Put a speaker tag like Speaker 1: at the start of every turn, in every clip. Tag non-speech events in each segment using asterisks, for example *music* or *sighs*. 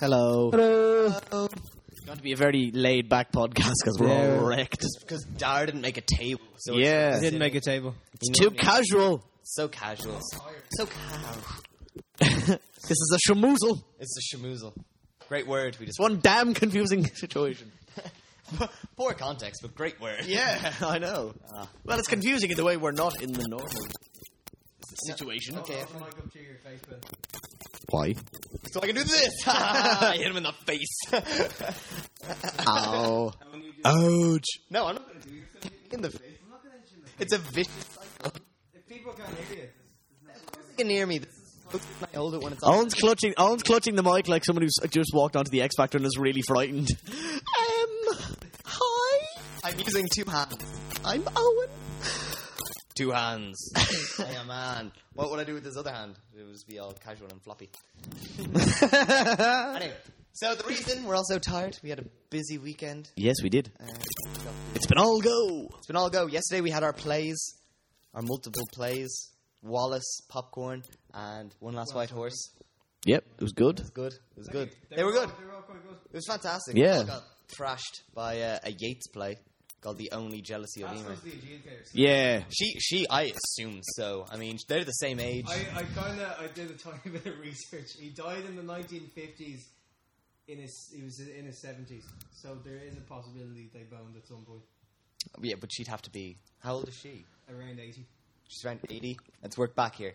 Speaker 1: Hello.
Speaker 2: Hello.
Speaker 1: It's going to be a very laid back podcast because we're all
Speaker 2: Yeah.
Speaker 1: wrecked.
Speaker 3: Because Dar didn't make a table. So
Speaker 1: Yeah.
Speaker 3: It's,
Speaker 2: Didn't make a table.
Speaker 1: It's too casual.
Speaker 3: so casual. So casual.
Speaker 1: This is a shamoozle.
Speaker 3: It's a shamoozle. Great word. We just
Speaker 1: It's one damn confusing *laughs* situation.
Speaker 3: poor context, but great word.
Speaker 1: Yeah, I know. well, it's confusing in the way we're not in the normal situation.
Speaker 3: Okay.
Speaker 1: *laughs* Why?
Speaker 3: So I can do this. I hit him in the face.
Speaker 1: Ow. Ouch.
Speaker 3: no, I'm not gonna do it. in the face. It's a vicious cycle.
Speaker 2: People can't hear you.
Speaker 3: You can hear me. This is I hold it when it's on.
Speaker 1: Owen's clutching. Owen's clutching the mic like someone who's just walked onto the X Factor and is really frightened. Um. Hi.
Speaker 3: I'm using two hands.
Speaker 1: I'm Owen.
Speaker 3: Two
Speaker 1: *laughs*
Speaker 3: hands. I am man. What would I do with this other hand? It would just be all casual
Speaker 1: *laughs*
Speaker 3: and floppy. anyway, so the reason we're all so tired, we had a busy weekend.
Speaker 1: Yes, we did.
Speaker 3: Uh, so
Speaker 1: It's been all go.
Speaker 3: it's been all go. Yesterday we had our plays, our multiple plays. Wallace, popcorn, and one last white horse.
Speaker 1: Yep, it was good.
Speaker 3: It was good. It was good. They were good.
Speaker 2: They were all quite good.
Speaker 3: It was fantastic.
Speaker 1: Yeah.
Speaker 3: I got thrashed by uh, a Yates play called "The Only Jealousy of
Speaker 2: That's
Speaker 3: Emo."
Speaker 2: was the Aegean case.
Speaker 1: Yeah.
Speaker 3: She, she, I assume so. I mean, they're the same age.
Speaker 2: I, I kind of I did a tiny *laughs* bit of research. He died in the 1950s. In his he was in his 70s, so there is a possibility they boned at some point
Speaker 3: Yeah, but she'd have to be. How old is she?
Speaker 2: around 80.
Speaker 3: She's around eighty. Let's work back here.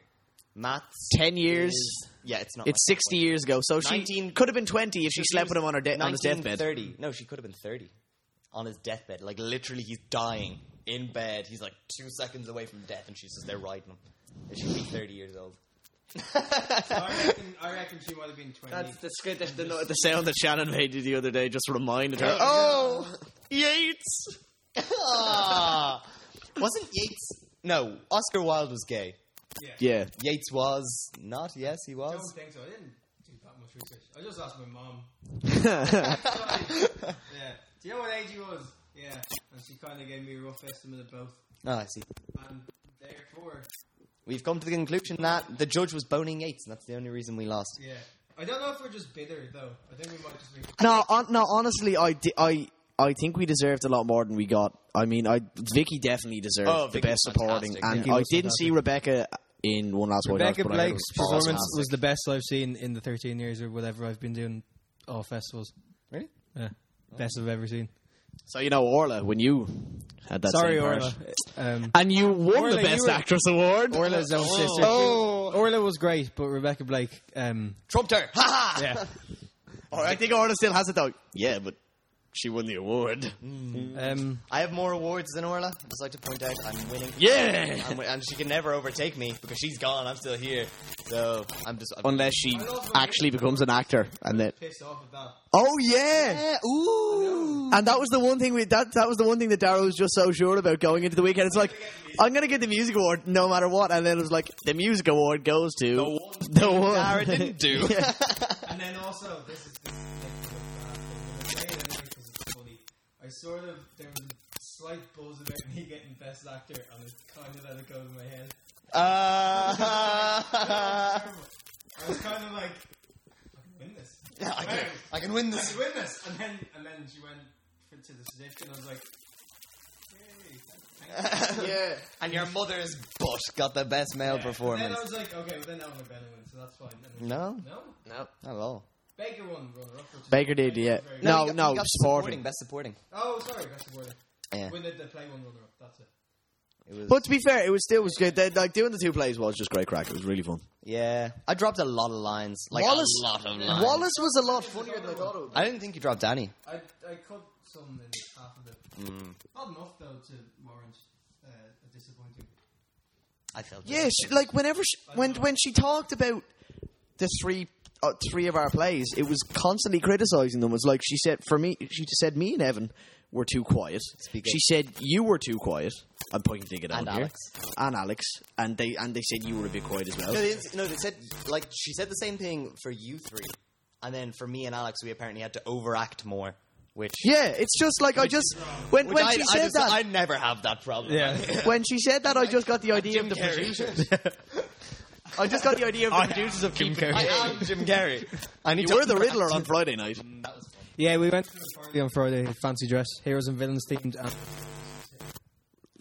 Speaker 3: Maths.
Speaker 1: Ten years.
Speaker 3: is- yeah, it's not.
Speaker 1: It's sixty years ago, so she
Speaker 3: 19
Speaker 1: could have been twenty if she slept with him on her de- on his deathbed.
Speaker 3: Thirty. No, she could have been thirty on his deathbed. Like literally, he's dying in bed. He's like two seconds away from death, and she's just there riding him. And she'd be thirty years old.
Speaker 2: I reckon, I reckon she might have been 20.
Speaker 1: that's good. The, no- the sound that Shannon made the other day just reminded her.
Speaker 3: Oh,
Speaker 1: Yates.
Speaker 3: *laughs* Ah. wasn't Yates? No, Oscar Wilde was gay.
Speaker 1: Yeah.
Speaker 3: Yates was not. Yes, he
Speaker 2: I
Speaker 3: was.
Speaker 2: don't think so. I didn't do that much research. I just asked my mom.
Speaker 1: yeah.
Speaker 3: *laughs*
Speaker 2: *laughs* Yeah. Do you know what age he was? Yeah. And she kind of gave me a rough estimate of both.
Speaker 3: Ah, I see.
Speaker 2: And therefore,
Speaker 3: We've come to the conclusion that the judge was boning Yates, and that's the only reason we lost.
Speaker 2: yeah. I don't know if we're just bitter though. I think we might just be.
Speaker 1: No, on, no. Honestly, I, di- I, I think we deserved a lot more than we got. I mean, I Vicky definitely deserved
Speaker 3: Oh,
Speaker 1: the
Speaker 3: Vicky
Speaker 1: best
Speaker 3: was
Speaker 1: supporting,
Speaker 3: fantastic,
Speaker 1: and
Speaker 2: yeah.
Speaker 1: I
Speaker 2: Vicky was
Speaker 1: didn't see
Speaker 2: fantastic.
Speaker 1: Rebecca in one last White House.
Speaker 2: Rebecca
Speaker 1: but I heard it
Speaker 2: Blake's
Speaker 1: was
Speaker 2: performance
Speaker 1: fantastic.
Speaker 2: was the best I've seen in the 13 years or whatever I've been doing all festivals.
Speaker 3: Really?
Speaker 2: Yeah. Best I've ever seen.
Speaker 1: So you know, Orla, when you had that.
Speaker 2: Sorry,
Speaker 1: same
Speaker 2: Orla.
Speaker 1: part.
Speaker 2: Um,
Speaker 1: And you won
Speaker 2: Orla,
Speaker 1: the
Speaker 2: you
Speaker 1: Best
Speaker 2: were-
Speaker 1: Actress award.
Speaker 2: Orla's own
Speaker 1: Oh.
Speaker 2: sister.
Speaker 3: Oh.
Speaker 2: Orla was great, but Rebecca Blake. Um,
Speaker 3: Trumped her! Ha ha!
Speaker 2: yeah.
Speaker 1: Ah! I think Orla still has it though. Yeah, but she won the award.
Speaker 2: Um,
Speaker 3: I have more awards than Orla. I'd just like to point out I'm winning.
Speaker 1: Yeah.
Speaker 3: I'm, win- and she can never overtake me because she's gone. I'm still here. So I'm just. I'm,
Speaker 1: Unless she actually becomes an actor, and then
Speaker 2: pissed off at that.
Speaker 1: oh yeah.
Speaker 3: ooh!
Speaker 1: And that was the one thing we that that was the one thing that Darrow was just so sure about going into the weekend. It's like I'm gonna get the music award no matter what, and then it was like the music award goes to the
Speaker 3: one
Speaker 1: one.
Speaker 3: Dara didn't do.
Speaker 1: *laughs* Yeah.
Speaker 2: And then also, this is this is like, uh, the bad thing. I'm gonna say it anyway 'cause it's funny. I sort of there was a slight buzz about me getting best actor, and it kind of let it go in my head.
Speaker 3: Uh,
Speaker 2: I was kind of like, I can win this,
Speaker 3: I, can, I can win
Speaker 2: I
Speaker 3: this.
Speaker 2: can win this, and then and then she went for, to the certificate, and I was like,
Speaker 3: *laughs*
Speaker 2: yay.
Speaker 3: yeah. And your mother's butt got the best male
Speaker 2: And then I
Speaker 3: performance.
Speaker 2: was like, okay, well then Elmer Bennett wins, so that's fine. And then-
Speaker 3: No,
Speaker 2: no,
Speaker 3: no, not at all.
Speaker 2: Baker won runner-up. which is-
Speaker 1: Baker did, yeah.
Speaker 2: Very-
Speaker 1: No,
Speaker 3: he got-
Speaker 1: no,
Speaker 3: he got
Speaker 1: supporting.
Speaker 3: best supporting.
Speaker 2: Oh, sorry, that's the word.
Speaker 3: Yeah,
Speaker 2: When did they play one runner-up? That's it.
Speaker 3: it was.
Speaker 1: But to be fair, it was still was good. They- like doing the two plays was just great crack. It was really fun.
Speaker 3: yeah, I dropped a lot of lines. Like
Speaker 1: Wallace-
Speaker 3: a lot of lines.
Speaker 1: Wallace was a lot funnier than I thought it would.
Speaker 3: I didn't think you dropped any.
Speaker 2: I, I cut some in half of it.
Speaker 3: Mm.
Speaker 2: Not enough though to warrant uh, a disappointing.
Speaker 3: I felt.
Speaker 1: Yeah, she, like whenever she, when when she talked about the three uh, three of our plays, it was constantly criticizing them. It was like she said for me, she said me and Evan were too quiet.
Speaker 3: Speak
Speaker 1: she
Speaker 3: up.
Speaker 1: said you were too quiet. I'm pointing to get
Speaker 3: And
Speaker 1: on here.
Speaker 3: Alex.
Speaker 1: and Alex, and they and they said you were a bit quiet as well.
Speaker 3: No, they, didn't- no, they said like she said the same thing for you three, and then for me and Alex, we apparently had to overact more, which
Speaker 1: Yeah, it's just like I just when
Speaker 3: which
Speaker 1: when
Speaker 3: I,
Speaker 1: she
Speaker 3: I
Speaker 1: said
Speaker 3: just-
Speaker 1: that
Speaker 3: I *laughs* never have that problem.
Speaker 1: when she said that I just got the idea
Speaker 3: Jim
Speaker 1: of the
Speaker 3: Carrey.
Speaker 1: producers. I just got the idea of the
Speaker 2: I am
Speaker 1: producers of
Speaker 2: Jim
Speaker 1: Keep It
Speaker 2: Carrey.
Speaker 1: Real.
Speaker 3: *laughs* I am Jim Carrey.
Speaker 2: I need
Speaker 1: You
Speaker 2: to-
Speaker 1: were the Riddler on Friday
Speaker 3: *laughs*
Speaker 1: night.
Speaker 3: That was fun.
Speaker 2: Yeah, we went to a party on Friday, fancy dress, heroes and villains themed. And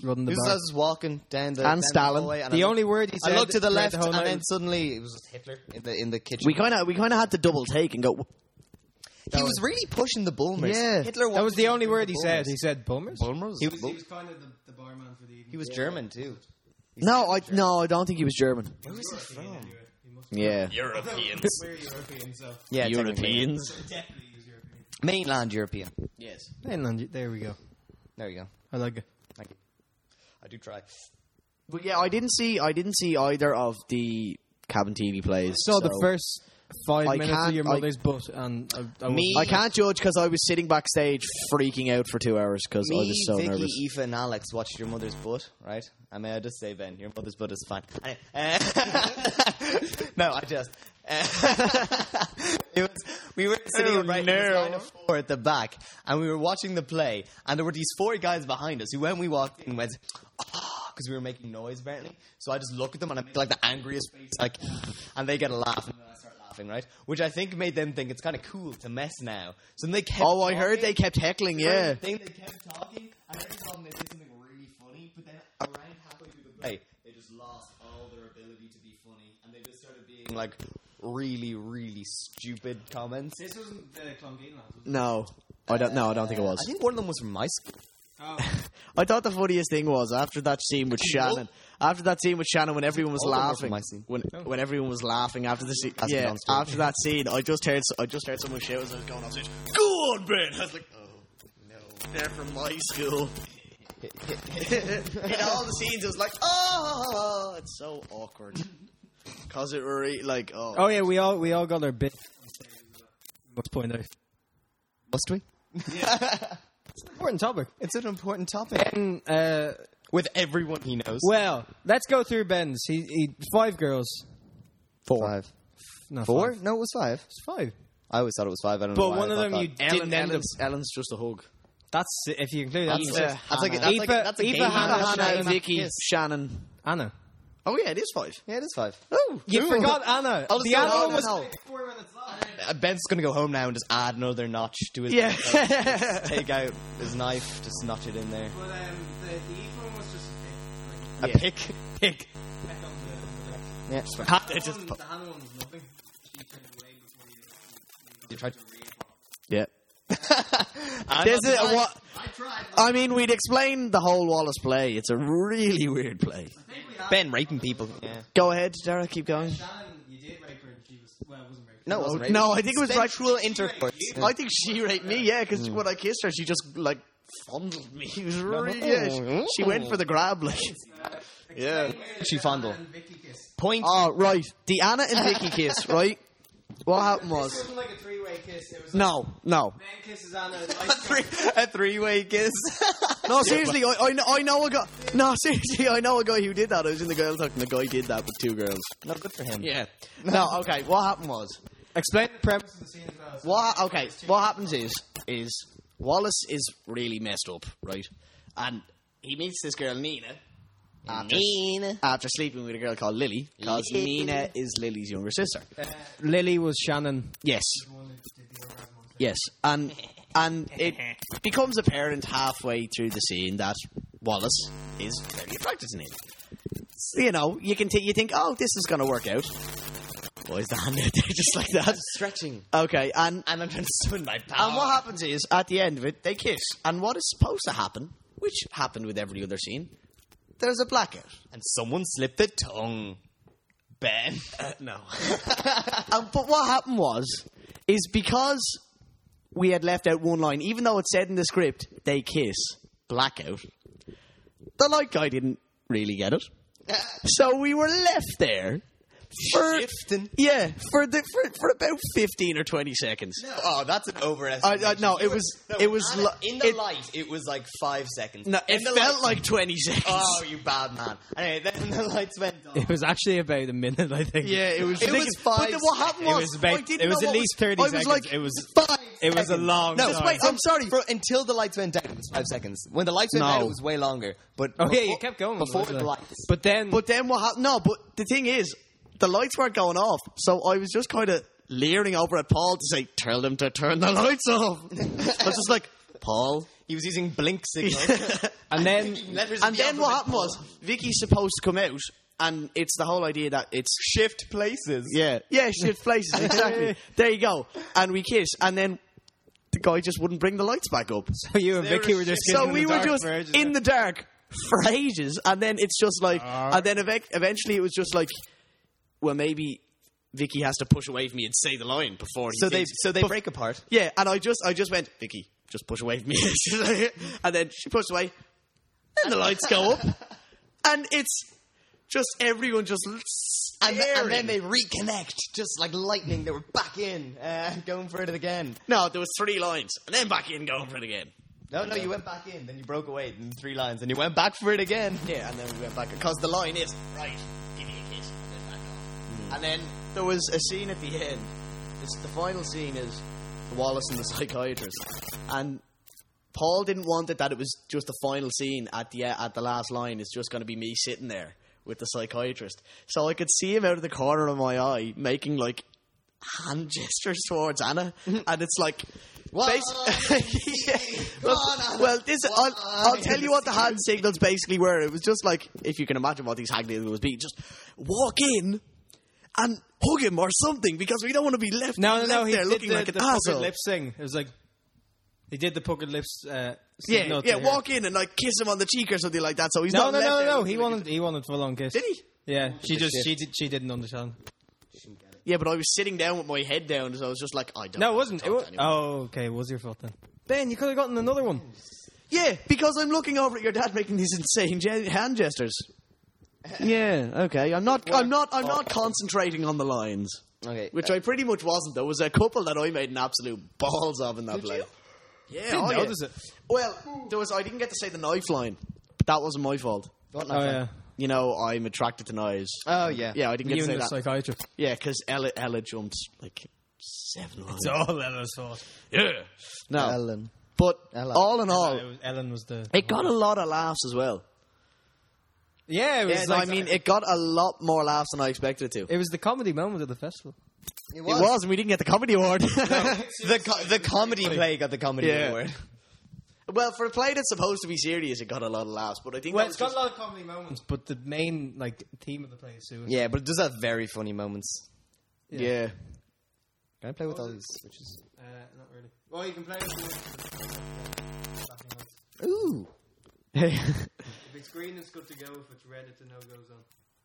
Speaker 2: running the
Speaker 3: Who's
Speaker 2: bar.
Speaker 3: us walking down the
Speaker 1: And
Speaker 3: down
Speaker 1: Stalin.
Speaker 3: hallway and I
Speaker 2: The
Speaker 3: look-
Speaker 2: only word he
Speaker 3: I
Speaker 2: said.
Speaker 3: looked to the
Speaker 2: throughout
Speaker 3: left,
Speaker 2: whole
Speaker 3: and
Speaker 2: night
Speaker 3: then
Speaker 2: was-
Speaker 3: suddenly it was just Hitler in the in the kitchen.
Speaker 1: We kind of we kind of had to double take and go. "W-
Speaker 3: he was really pushing the Bulmers.
Speaker 1: Yeah.
Speaker 3: Hitler.
Speaker 2: that was the only word he
Speaker 3: Bulmers.
Speaker 2: said. He said Bulmers.
Speaker 3: Bulmers.
Speaker 4: He was, he was kind of the, the barman for the evening.
Speaker 3: He was German too.
Speaker 1: No, I no, I don't think he was German.
Speaker 3: Where was he
Speaker 4: European
Speaker 3: from?
Speaker 4: anyway. He must be.
Speaker 1: Yeah,
Speaker 3: Europeans.
Speaker 4: We're European, so
Speaker 3: yeah, technically.
Speaker 1: Europeans.
Speaker 4: *laughs* definitely he was European.
Speaker 3: Mainland European.
Speaker 1: Yes.
Speaker 2: Mainland- There we go.
Speaker 3: There you go.
Speaker 2: I like it.
Speaker 3: Thank you. I do try.
Speaker 1: But yeah, I didn't see I didn't see either of the cabin TV plays.
Speaker 2: Saw the
Speaker 1: so
Speaker 2: first five
Speaker 1: I
Speaker 2: minutes of
Speaker 1: can't-
Speaker 2: your
Speaker 1: I-
Speaker 2: mother's butt, and I, I
Speaker 3: Me-
Speaker 1: I can't judge because I was sitting backstage freaking out for two hours because I
Speaker 3: Me,
Speaker 1: was so
Speaker 3: Vicky,
Speaker 1: nervous.
Speaker 3: Aoife, and Alex watched your mother's butt, right? I mean, I just say, Ben, your mother's butt is fine. Anyway, *laughs* uh, no, I just. *laughs* uh, it was, we were sitting right in this line of four at the back, and we were watching the play, and there were these four guys behind us who, when we walked in, went, because we were making noise apparently. So I just look at them and I make like the angriest face, like, and they get a laugh, and then I start laughing, right? Which I think made them think it's kind of cool to mess now. So then they kept.
Speaker 1: Oh, I heard
Speaker 3: talking.
Speaker 1: they kept heckling. Yeah,
Speaker 3: They, they kept talking, and every time they did something really funny, but then around halfway through the play, they just lost all their ability to be funny, and they just started being like really, really stupid comments.
Speaker 4: This wasn't the Clongeen lads, was it?
Speaker 1: no, I don't. No, I don't think it was.
Speaker 3: I think one of them was from my school.
Speaker 4: Oh,
Speaker 1: I thought the funniest thing was after that scene with Shannon. After that scene with Shannon, when everyone was
Speaker 3: All of them were
Speaker 1: laughing,
Speaker 3: from my scene.
Speaker 1: when when everyone was laughing after the scene,
Speaker 3: That's a
Speaker 1: yeah,
Speaker 3: non-story.
Speaker 1: after that scene, I just heard I just heard someone shout as I was going on stage. Go on, Ben. I was like, oh no, they're from my school. In all the scenes, it was like, oh, it's so awkward because it were like, oh,
Speaker 2: Oh yeah, we all we all got our bit. Must point out.
Speaker 3: Must we?
Speaker 2: It's an important topic.
Speaker 3: It's an important topic.
Speaker 2: And, uh,
Speaker 3: With everyone he knows.
Speaker 2: well, let's go through Ben's. He, he five girls.
Speaker 3: Four. Five.
Speaker 2: No,
Speaker 3: Four?
Speaker 2: Five.
Speaker 3: No, it was five.
Speaker 2: It's five.
Speaker 3: I always thought it was five. I don't know.
Speaker 2: But
Speaker 3: why I
Speaker 2: one of
Speaker 3: thought
Speaker 2: them
Speaker 3: that.
Speaker 2: you
Speaker 1: Ellen-
Speaker 2: didn't end up.
Speaker 1: Ellen's, Ellen's just a hug.
Speaker 2: That's if you include
Speaker 3: That's,
Speaker 2: Anna.
Speaker 1: Eva,
Speaker 3: that's like a, that's like a,
Speaker 2: Eva-
Speaker 3: that's a
Speaker 2: Eva
Speaker 3: game.
Speaker 2: Hannah,
Speaker 3: that's
Speaker 2: Hannah,
Speaker 3: a
Speaker 2: Eva.
Speaker 3: game.
Speaker 1: Vicky,
Speaker 3: Yes.
Speaker 1: Shannon.
Speaker 2: Anna.
Speaker 1: Oh yeah, it is five.
Speaker 3: Yeah, it is five.
Speaker 1: Oh,
Speaker 2: You
Speaker 3: Ooh.
Speaker 2: forgot Anna.
Speaker 3: I'll just
Speaker 2: the
Speaker 3: go,
Speaker 2: other
Speaker 3: no,
Speaker 2: one
Speaker 3: no,
Speaker 2: was
Speaker 3: no.
Speaker 4: four minutes left.
Speaker 3: Uh, Ben's gonna go home now and just add another notch to his.
Speaker 1: yeah.
Speaker 3: *laughs* take out his knife, just notch it in there.
Speaker 4: But um, the Eve one was just a
Speaker 3: A
Speaker 1: Yeah.
Speaker 3: pick, pick.
Speaker 4: pick. Like, heck up the, the,
Speaker 3: Yeah,
Speaker 4: the,
Speaker 3: It just
Speaker 4: one, the Hannah one was nothing. She turned away before you.
Speaker 3: You tried-
Speaker 4: to read.
Speaker 1: Yeah.
Speaker 3: I'm
Speaker 1: This is
Speaker 3: not
Speaker 1: a
Speaker 3: surprised.
Speaker 1: wa-
Speaker 4: I tried. but
Speaker 1: I mean, we'd explain the whole Wallace play. It's a really weird play.
Speaker 4: I think we had
Speaker 3: Ben raping people. Yeah.
Speaker 1: Go ahead, Derek. Keep going.
Speaker 4: Shannon, you did rape her, and she was well, it wasn't rape.
Speaker 3: No, it wasn't raping.
Speaker 1: Oh, No, I think it was right.
Speaker 3: sexual intercourse. Yeah.
Speaker 1: I think she raped Hmm. me. Yeah, because when I kissed her, she just like fondled me. *laughs* It was really, yeah, she, she went for the grab. Like, yeah.
Speaker 3: She fondled.
Speaker 4: And Vicky kissed.
Speaker 3: Point.
Speaker 1: Oh right, the Anna and Vicky kiss. *laughs* Right. What happened
Speaker 4: This
Speaker 1: was
Speaker 4: wasn't like a three-way kiss. It was like,
Speaker 1: no,
Speaker 4: man
Speaker 1: no,
Speaker 4: kisses
Speaker 1: *laughs*
Speaker 4: Anna. and
Speaker 3: a,
Speaker 4: I
Speaker 3: three, a three-way kiss.
Speaker 1: no. Seriously, I, I, know, I know a guy. No, *laughs* seriously, I know a guy who did that. I was in the girl talk, and the guy did that with two girls.
Speaker 3: Not good for him.
Speaker 1: *laughs* Yeah. No. Okay. What happened was.
Speaker 2: explain the premise.
Speaker 4: This is the scene as well. So
Speaker 1: What? Okay. What happens is is Wallace is really messed up, right? And he meets this girl Nina after,
Speaker 3: Mean.
Speaker 1: after sleeping with a girl called Lily because
Speaker 3: Lily.
Speaker 1: Nina is Lily's younger sister.
Speaker 2: Uh, Lily was Shannon.
Speaker 1: Yes.
Speaker 4: the one that did the orgasm on stage.
Speaker 1: Yes. And and it becomes apparent halfway through the scene that Wallace is very attracted to Nina. So, you know, you can t- you think, oh, this is going to work out. Why *laughs* is the hand out there just like that?
Speaker 3: Stretching.
Speaker 1: Okay, and
Speaker 3: And I'm trying to swim my power.
Speaker 1: And what happens is, at the end of it, they kiss. And what is supposed to happen, which happened with every other scene, there's a blackout.
Speaker 3: And someone slipped the tongue. Ben.
Speaker 1: Uh,
Speaker 3: *laughs*
Speaker 1: no. and, but what happened was, is because we had left out one line, even though it said in the script, they kiss, blackout, the light guy didn't really get *laughs* it. So we were left there. For,
Speaker 3: Shifting.
Speaker 1: yeah, for the for, for about fifteen or twenty seconds.
Speaker 3: Oh, that's an overestimation.
Speaker 1: I- I- no, it was- it was
Speaker 3: Anna-
Speaker 1: li-
Speaker 3: in the
Speaker 1: it-
Speaker 3: light. It was like five seconds.
Speaker 1: No,
Speaker 3: In
Speaker 1: it
Speaker 3: the
Speaker 1: felt
Speaker 3: light-
Speaker 1: like twenty seconds.
Speaker 3: Oh, you bad man. Anyway, then *laughs* the lights went on.
Speaker 2: *laughs* It was actually about a minute, I think.
Speaker 1: Yeah, *laughs* it was.
Speaker 3: It was
Speaker 1: ridiculous.
Speaker 3: five
Speaker 1: But then what happened
Speaker 2: It
Speaker 1: was,
Speaker 2: was about.
Speaker 1: I didn't
Speaker 2: It was
Speaker 1: know
Speaker 2: at
Speaker 1: what
Speaker 2: least thirty
Speaker 1: I was
Speaker 2: seconds.
Speaker 1: Like,
Speaker 2: it was.
Speaker 1: five.
Speaker 2: It was a
Speaker 3: seconds.
Speaker 2: long.
Speaker 3: No,
Speaker 2: time.
Speaker 1: Just wait, I'm sorry.
Speaker 3: For, until the lights went down, it was five seconds. When the lights went
Speaker 1: No.
Speaker 3: down, it was way longer. But
Speaker 2: Oh yeah,
Speaker 3: before-
Speaker 2: you kept going
Speaker 3: before
Speaker 2: wasn't
Speaker 3: the
Speaker 2: it?
Speaker 3: lights.
Speaker 2: But then,
Speaker 1: But then what happened? No, but the thing is, the lights weren't going off, so I was just kind of leering over at Paul to say, "Tell them to turn the lights off." I was just like, "Paul."
Speaker 3: He was using blink *laughs* signals.
Speaker 2: And
Speaker 1: *laughs*
Speaker 2: then
Speaker 1: And then what happened was Vicky's supposed to come out, and it's the whole idea that it's
Speaker 3: Shift places.
Speaker 1: yeah, yeah, shift places exactly. *laughs* there you go, and we kiss, and then the guy just wouldn't bring the lights back up.
Speaker 2: *laughs* you and
Speaker 3: They
Speaker 2: Vicky
Speaker 3: were
Speaker 2: were just
Speaker 3: shit.
Speaker 1: so
Speaker 2: sitting in
Speaker 1: we
Speaker 2: the
Speaker 1: were
Speaker 2: dark
Speaker 1: just
Speaker 2: for ages.
Speaker 1: in the dark for ages, and then it's just like,
Speaker 3: Uh-huh.
Speaker 1: and then ev- eventually it was just like, well, maybe Vicky has to push away from me and say the line before. He
Speaker 3: So they
Speaker 1: thinks.
Speaker 3: so they
Speaker 1: Bef-
Speaker 3: break apart.
Speaker 1: Yeah, and I just, I just went, Vicky, just push away from me, *laughs* and then she pushed away, and the lights
Speaker 3: *laughs*
Speaker 1: go up, and it's just everyone just
Speaker 3: And, th- and
Speaker 1: staring.
Speaker 3: then they reconnect, just like lightning. They were back in, uh, *laughs* going for it again.
Speaker 1: no, there was three lines, and then back in going for it again.
Speaker 3: No, no, you went back in, then you broke away in three lines, and you went back for it again.
Speaker 1: Yeah, and then we went back because the line is right. Give me a kiss, and then back on.
Speaker 3: Hmm.
Speaker 1: And then there was a scene at the end. It's, the final scene is Wallace and the *laughs* psychiatrist, and Paul didn't want it that it was just the final scene at the at the last line. It's just going to be me sitting there with the psychiatrist. So I could see him out of the corner of my eye making like hand *laughs* gestures towards
Speaker 2: *laughs*
Speaker 1: Anna, and it's like. basi- *laughs* Yeah.
Speaker 3: on,
Speaker 1: Well,
Speaker 3: Anna.
Speaker 1: well, this I'll, I'll
Speaker 3: on.
Speaker 1: tell you what the hand signals basically were. It was just like if you can imagine what these hand signals be, just walk in and hug him or something because we don't want to be left
Speaker 2: No, no,
Speaker 1: left
Speaker 2: no. He
Speaker 1: there
Speaker 2: did
Speaker 1: looking
Speaker 2: the,
Speaker 1: like
Speaker 2: the
Speaker 1: an
Speaker 2: puckered
Speaker 1: asshole.
Speaker 2: lips thing. It was like he did the puckered lips. Uh,
Speaker 1: Yeah,
Speaker 2: signal
Speaker 1: yeah.
Speaker 2: to her.
Speaker 1: Walk in and like kiss him on the cheek or something like that. So he's
Speaker 2: No,
Speaker 1: not
Speaker 2: no,
Speaker 1: left
Speaker 2: no,
Speaker 1: there
Speaker 2: no, no.
Speaker 1: looking
Speaker 2: He
Speaker 1: like
Speaker 2: wanted. He wanted full on kiss.
Speaker 1: Did he?
Speaker 2: Yeah, she just
Speaker 3: shit.
Speaker 2: she did, she didn't understand.
Speaker 1: a- Yeah, but I was sitting down with my head down, so I was just like, I don't.
Speaker 2: No, it
Speaker 1: want
Speaker 2: wasn't.
Speaker 1: to
Speaker 2: It
Speaker 1: talk
Speaker 2: was,
Speaker 1: to anyone.
Speaker 2: oh, okay. It was your fault then. Ben, you could have gotten another one.
Speaker 1: Yeah, because I'm looking over at your dad making these insane ge- hand
Speaker 2: *laughs*
Speaker 1: gestures. yeah. Okay. I'm not. I'm not. I'm not concentrating on the lines.
Speaker 3: Okay,
Speaker 1: Which
Speaker 3: uh,
Speaker 1: I pretty much wasn't. There was a couple that I made an absolute balls of in that play. Yeah.
Speaker 2: Didn't
Speaker 1: oh, yeah.
Speaker 2: notice it.
Speaker 1: Well, there was. I didn't get to say the knife line, but that wasn't my fault.
Speaker 3: What
Speaker 2: Oh yeah.
Speaker 1: You know, I'm attracted to knives.
Speaker 3: Oh yeah.
Speaker 1: yeah, I didn't get
Speaker 2: You
Speaker 1: to
Speaker 2: and
Speaker 1: say
Speaker 2: the
Speaker 1: that.
Speaker 2: psychiatrist.
Speaker 1: Yeah, because Ella, Ella jumped like seven lines.
Speaker 2: all Ella's fault.
Speaker 1: no,
Speaker 3: Ellen.
Speaker 1: but
Speaker 3: Ella.
Speaker 1: all in all,
Speaker 2: It was, Ellen was the.
Speaker 1: it got a lot of laughs as well.
Speaker 2: yeah, it was.
Speaker 1: Yeah,
Speaker 2: like, uh,
Speaker 1: I mean, it got a lot more laughs than I expected it to. It
Speaker 2: it was the comedy moment of the festival.
Speaker 3: It was.
Speaker 1: was, and we didn't get the comedy *laughs* award.
Speaker 3: The co- the comedy play got the comedy
Speaker 1: Yeah.
Speaker 3: award.
Speaker 1: well, for a play that's supposed to be serious, it got a lot of laughs. But I think
Speaker 2: Well,
Speaker 1: that
Speaker 2: it's
Speaker 1: was just-
Speaker 2: got a lot of comedy moments, but the main like theme of the play is suicide.
Speaker 3: Yeah, but it does have very funny moments.
Speaker 1: yeah.
Speaker 3: Can I play with all
Speaker 2: was it?
Speaker 3: these switches?
Speaker 2: Uh, not really. Well, you can play with the
Speaker 3: Ooh.
Speaker 2: If it's green, it's good to go. If it's red, it's a no go zone.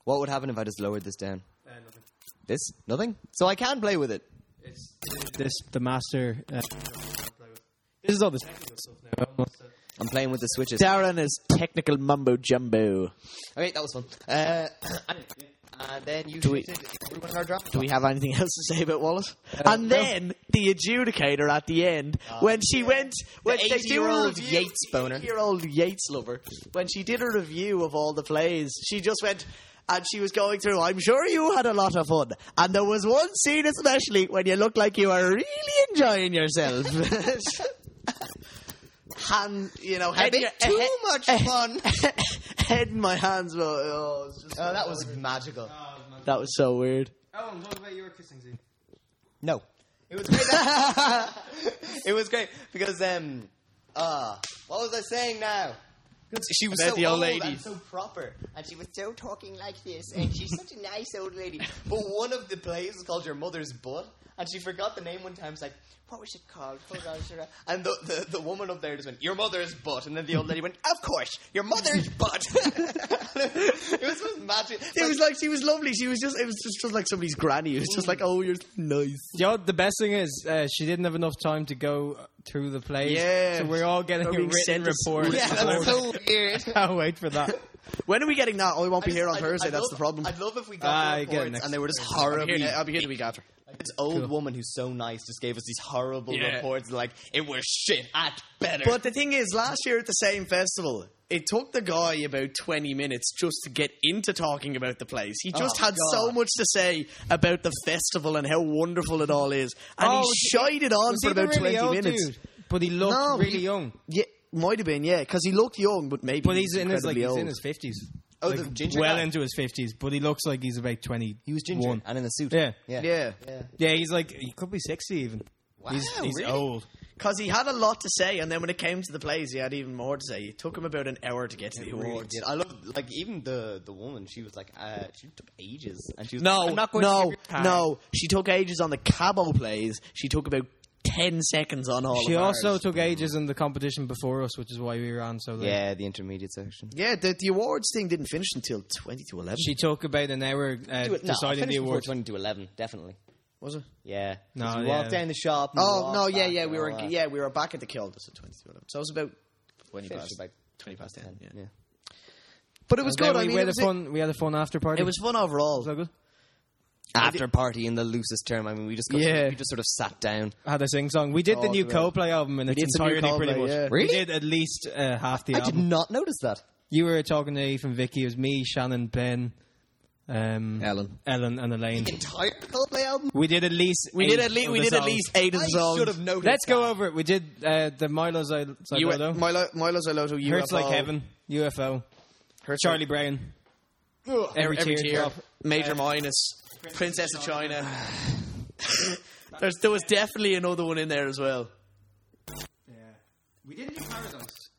Speaker 3: What would happen if I just lowered this down?
Speaker 2: Uh, nothing.
Speaker 3: This? Nothing? So I can play with it.
Speaker 2: It's this the master. Uh, this is all the technical stuff now. almost, uh,
Speaker 3: I'm playing with the switches.
Speaker 1: *laughs* Darren is technical mumbo jumbo.
Speaker 3: Okay, that was fun. Uh, *coughs* and then you
Speaker 1: Do we-
Speaker 3: shifted everyone in our drop.
Speaker 1: Do we have anything *laughs* else to say about Wallace?
Speaker 3: Uh,
Speaker 1: and then the adjudicator at the end,
Speaker 3: Ah,
Speaker 1: when she went, when they do her
Speaker 3: 80-year-old
Speaker 1: review-
Speaker 3: Yates boner.
Speaker 1: 80-year-old Yates lover, when she did a review of all the plays, she just went. And she was going through, I'm sure you had a lot of fun. And there was one scene especially when you looked like you were really enjoying yourself.
Speaker 3: *laughs*
Speaker 1: hand, you know, head,
Speaker 3: bit
Speaker 1: in your-
Speaker 3: too
Speaker 1: head-
Speaker 3: much fun.
Speaker 1: *laughs* head in my hands. Well, oh, it was just-
Speaker 3: Oh, that was magical.
Speaker 2: oh, man.
Speaker 1: that was so weird.
Speaker 2: Owen, what about your kissing scene?
Speaker 3: No. It was great. *laughs* it was great because um uh what was I saying now? 'Cause She was
Speaker 1: About
Speaker 3: so
Speaker 1: the old
Speaker 3: old
Speaker 1: lady.
Speaker 3: and so proper, and she was so talking like this, and she's such a nice old lady. But one of the plays is called Your Mother's Butt, and she forgot the name one time. It's like, what was it called? Hold on, sir. And the, the the woman up there just went, Your Mother's Butt, and then the old lady went, Of course, Your *laughs* Mother's Butt. it was just magic.
Speaker 1: It was like she was lovely. She was just it was just, just like somebody's granny. It was just like, oh, you're nice.
Speaker 2: Yo, the best thing is uh, she didn't have enough time to go through the play.
Speaker 1: Yeah.
Speaker 2: so we're all getting
Speaker 1: Or
Speaker 2: a
Speaker 1: being
Speaker 2: written
Speaker 1: sent a-
Speaker 3: *laughs*
Speaker 2: report.
Speaker 3: yeah, that's so weird.
Speaker 2: I'll *laughs* wait for that.
Speaker 1: When are we getting that? Oh, we won't be
Speaker 3: I
Speaker 1: here on
Speaker 3: just- I'd-
Speaker 1: Thursday.
Speaker 3: I'd
Speaker 1: That's
Speaker 3: love-
Speaker 1: the problem.
Speaker 3: I'd love if we
Speaker 2: Ah,
Speaker 3: got the
Speaker 2: you get it
Speaker 3: reports
Speaker 2: next
Speaker 3: and they were just
Speaker 1: I'll be
Speaker 3: horribly.
Speaker 1: here, ne- I'll be here the week after.
Speaker 3: Like, this old woman who's so nice just gave us these horrible
Speaker 1: Yeah.
Speaker 3: reports. Like it was shit at better.
Speaker 1: But the thing is, last year at the same festival, it took the guy about 20 minutes just to get into talking about the place. He just
Speaker 3: Oh,
Speaker 1: had so
Speaker 3: God.
Speaker 1: much to say about the festival and how wonderful it all is. And
Speaker 2: Oh,
Speaker 1: he
Speaker 2: was he-
Speaker 1: shied it on
Speaker 2: Was
Speaker 1: for
Speaker 2: he the
Speaker 1: about
Speaker 2: really
Speaker 1: 20
Speaker 2: old
Speaker 1: minutes.
Speaker 2: dude? But he looked
Speaker 1: No,
Speaker 2: really
Speaker 1: he-
Speaker 2: young.
Speaker 1: Yeah, might have been, yeah, because he looked young, but maybe
Speaker 2: But he's in his like
Speaker 1: incredibly
Speaker 2: he's in
Speaker 1: old.
Speaker 2: his fifties.
Speaker 3: Oh,
Speaker 2: like,
Speaker 3: the ginger
Speaker 2: well
Speaker 3: guy.
Speaker 2: into his fifties, but he looks like he's about twenty.
Speaker 3: He was ginger
Speaker 2: One.
Speaker 3: and in a suit.
Speaker 2: Yeah.
Speaker 3: yeah,
Speaker 1: Yeah.
Speaker 3: yeah.
Speaker 2: Yeah, he's like he could be sixty even.
Speaker 3: Wow,
Speaker 2: he's he's
Speaker 3: really?
Speaker 2: old.
Speaker 1: Because he had a lot to say, and then when it came to the plays, he had even more to say. It took him about an hour to get to the
Speaker 3: Really
Speaker 1: awards.
Speaker 3: did. I love like even the the woman. She was like, uh, she took ages, and she was
Speaker 1: No,
Speaker 3: like, I'm not going to
Speaker 1: no,
Speaker 3: give your time.
Speaker 1: no. She took ages on the Cabo plays. She took about ten seconds on all.
Speaker 2: She
Speaker 1: of
Speaker 2: also
Speaker 1: ours.
Speaker 2: took ages in the competition before us, which is why we were on so late.
Speaker 3: Yeah, the intermediate section.
Speaker 1: yeah. The, the awards thing didn't finish until twenty to eleven.
Speaker 2: She took about an hour uh,
Speaker 3: Do it- No, I finished
Speaker 2: deciding the
Speaker 3: before
Speaker 2: awards.
Speaker 3: Twenty to eleven, definitely.
Speaker 1: was it?
Speaker 3: Yeah. 'Cause
Speaker 2: No,
Speaker 3: you
Speaker 2: yeah.
Speaker 3: walked down the shop. and you
Speaker 1: Oh
Speaker 3: walked
Speaker 1: no, yeah,
Speaker 3: back
Speaker 1: yeah.
Speaker 3: and
Speaker 1: We
Speaker 3: all
Speaker 1: were
Speaker 3: that.
Speaker 1: yeah, we were back at the Kildas at twenty to eleven. So it was about twenty
Speaker 3: Finished
Speaker 1: past
Speaker 3: about
Speaker 1: twenty past ten. Yeah.
Speaker 3: Yeah.
Speaker 1: But it was
Speaker 2: And then
Speaker 1: good. I
Speaker 2: we,
Speaker 1: mean,
Speaker 2: we
Speaker 1: it
Speaker 2: had
Speaker 1: was,
Speaker 2: a fun. We had a fun after party.
Speaker 1: it was fun overall.
Speaker 2: Was that good?
Speaker 3: After party in the loosest term. I mean, we just got-
Speaker 2: Yeah.
Speaker 3: we just sort of sat down.
Speaker 2: I had a sing song. We did the
Speaker 1: Oh,
Speaker 2: new
Speaker 1: good.
Speaker 2: Coldplay album in its
Speaker 1: did some new
Speaker 2: entirety, pretty
Speaker 1: Coldplay,
Speaker 2: much.
Speaker 1: yeah.
Speaker 3: Really?
Speaker 2: We did at least uh, half the
Speaker 3: I did
Speaker 2: album.
Speaker 3: not notice that.
Speaker 2: You were talking to Ethan, Vicky. It was me, Shannon, Ben, um,
Speaker 1: Ellen.
Speaker 2: Ellen, and Elaine.
Speaker 3: The entire Coldplay album.
Speaker 2: We did at least.
Speaker 1: We
Speaker 2: eight
Speaker 1: did at least
Speaker 2: of
Speaker 1: we
Speaker 2: the
Speaker 1: did at
Speaker 2: songs.
Speaker 1: least eight of
Speaker 3: I
Speaker 1: the songs.
Speaker 3: should have noticed.
Speaker 2: Let's go
Speaker 3: that.
Speaker 2: over it. We did uh, the Milo Zy-
Speaker 1: You,
Speaker 2: Zyloto.
Speaker 1: Milo, Milo Zalotto, UFO,
Speaker 2: Hurts like heaven. UFO.
Speaker 1: Hurts
Speaker 2: Charlie Brown.
Speaker 1: Like,
Speaker 2: Every Teardrop.
Speaker 1: Major minus, Uh, Princess of China. *sighs* There's, there was definitely another one in there as well.
Speaker 4: Yeah. We didn't do Paradise.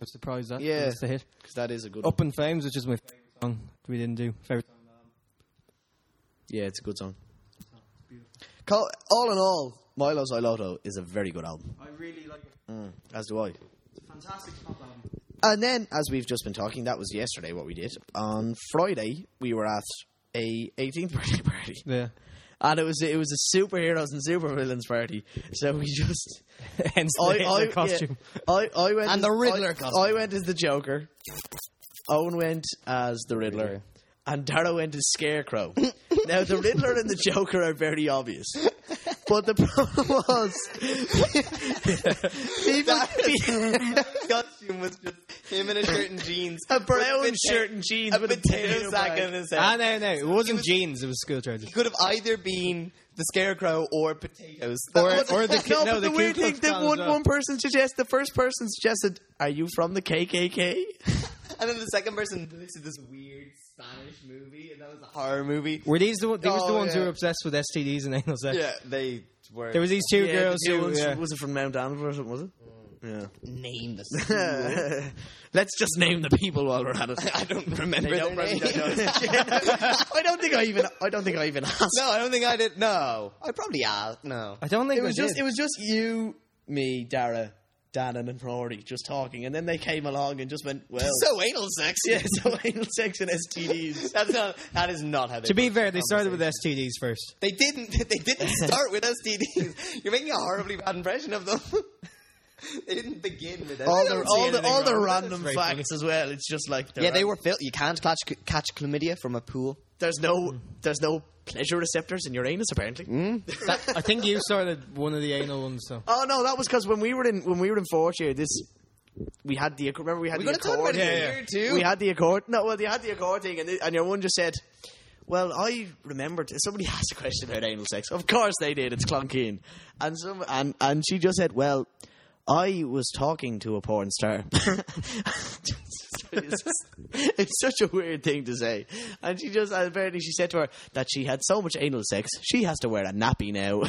Speaker 2: I'm surprised that
Speaker 1: Yeah.
Speaker 2: that's the hit.
Speaker 1: Because that is a good.
Speaker 2: Up in Flames, which is my favorite song. We didn't do favorite.
Speaker 1: Yeah, it's a good song. Co- All in all, Milo Zilotto is a very good album,
Speaker 4: I really like it.
Speaker 1: as do I.
Speaker 4: It's a fantastic pop album.
Speaker 1: And then, as we've just been talking, that was yesterday what we did. On Friday, we were at a 18th birthday *laughs* party.
Speaker 2: Yeah.
Speaker 1: and it was it was a superheroes and supervillains party. So we just
Speaker 2: *laughs* Hence the
Speaker 1: I
Speaker 2: Hitler
Speaker 1: I,
Speaker 2: costume.
Speaker 1: yeah, I, I went
Speaker 3: And
Speaker 1: as-
Speaker 3: the Riddler
Speaker 1: I,
Speaker 3: costume.
Speaker 1: I went as the Joker. Owen went as the Riddler.
Speaker 3: Riddler.
Speaker 1: And Dara went as
Speaker 3: *laughs*
Speaker 1: Scarecrow. now the Riddler and the Joker are very obvious. But the problem was people,
Speaker 3: *laughs* Costume was just him in a shirt and jeans,
Speaker 1: a brown
Speaker 3: with pota-
Speaker 1: shirt and jeans
Speaker 3: a
Speaker 1: with a
Speaker 3: potato sack
Speaker 1: bag.
Speaker 3: in his
Speaker 2: Ah,
Speaker 3: head.
Speaker 2: no, no. It wasn't jeans. It was school trousers.
Speaker 3: He *laughs* could have either been the scarecrow or potatoes.
Speaker 2: Or-
Speaker 3: That was- *laughs*
Speaker 2: or the-
Speaker 1: no,
Speaker 2: no,
Speaker 1: but
Speaker 2: the
Speaker 1: the,
Speaker 2: Ku
Speaker 1: weird
Speaker 2: Klux
Speaker 1: thing that
Speaker 2: Klan
Speaker 1: one,
Speaker 2: as well.
Speaker 1: one person suggested, the first person suggested, "Are you from the KKK?"
Speaker 3: and then the second person this is this weird Spanish movie, and that was a horror movie.
Speaker 2: Were these the, one- these was the
Speaker 3: Oh,
Speaker 2: ones who
Speaker 3: yeah.
Speaker 2: were obsessed with STDs and anal sex?
Speaker 3: Yeah, they were.
Speaker 2: There was these two
Speaker 1: Yeah,
Speaker 2: girls
Speaker 1: the new
Speaker 2: who.
Speaker 1: ones-
Speaker 2: yeah.
Speaker 1: was it from Mount Anvil or something? Was it?
Speaker 3: *laughs* nameless.
Speaker 1: Yeah. *laughs* Let's just name the people while we're at it. *laughs*
Speaker 3: I don't remember.
Speaker 1: They don't
Speaker 3: their
Speaker 1: really-
Speaker 3: names.
Speaker 1: don't know. *laughs* I don't think I even. I don't think I even asked.
Speaker 3: no, I don't think I did. No, I probably asked. No,
Speaker 2: I don't think
Speaker 1: it was
Speaker 2: I
Speaker 1: just.
Speaker 2: did.
Speaker 1: It was just you, me, Dara, Dannon, and Rory just talking, and then they came along and just went, "Well,
Speaker 3: so anal sex.
Speaker 1: *laughs* yeah, so anal sex and STDs." *laughs*
Speaker 3: *laughs* That's not. That is not how. They
Speaker 2: to be
Speaker 3: work.
Speaker 2: fair, they started with STDs
Speaker 3: *laughs*
Speaker 2: first.
Speaker 3: they didn't. They *laughs* didn't start with STDs. You're making a horribly bad impression of them. *laughs* they didn't begin with STDs.
Speaker 1: All the all the
Speaker 3: *laughs*
Speaker 2: anything
Speaker 1: all the
Speaker 2: wrong with it.
Speaker 1: random
Speaker 2: That's very
Speaker 1: facts as well. It's just like
Speaker 3: yeah, they were built. You can't catch catch chlamydia from a pool.
Speaker 1: There's no there's no pleasure receptors in your anus apparently.
Speaker 2: I think you started one of the anal ones, so.
Speaker 1: Oh no, that was because when we were in when we were in Forge here, this we had the remember we had the
Speaker 3: We're going to talk about
Speaker 1: accord.
Speaker 3: it
Speaker 2: Yeah, yeah.
Speaker 3: here too.
Speaker 1: We had the accord. No, well, they had the accord thing, and, they, and your one just said, "Well, I remembered somebody *laughs* asked a question about anal sex. Of course they did. It's Clonkeen, and some and and she just said, "Well, I was talking to a porn star." *laughs* it's, it's such a weird thing to say, and she just and apparently she said to her that she had so much anal sex she has to wear a nappy now.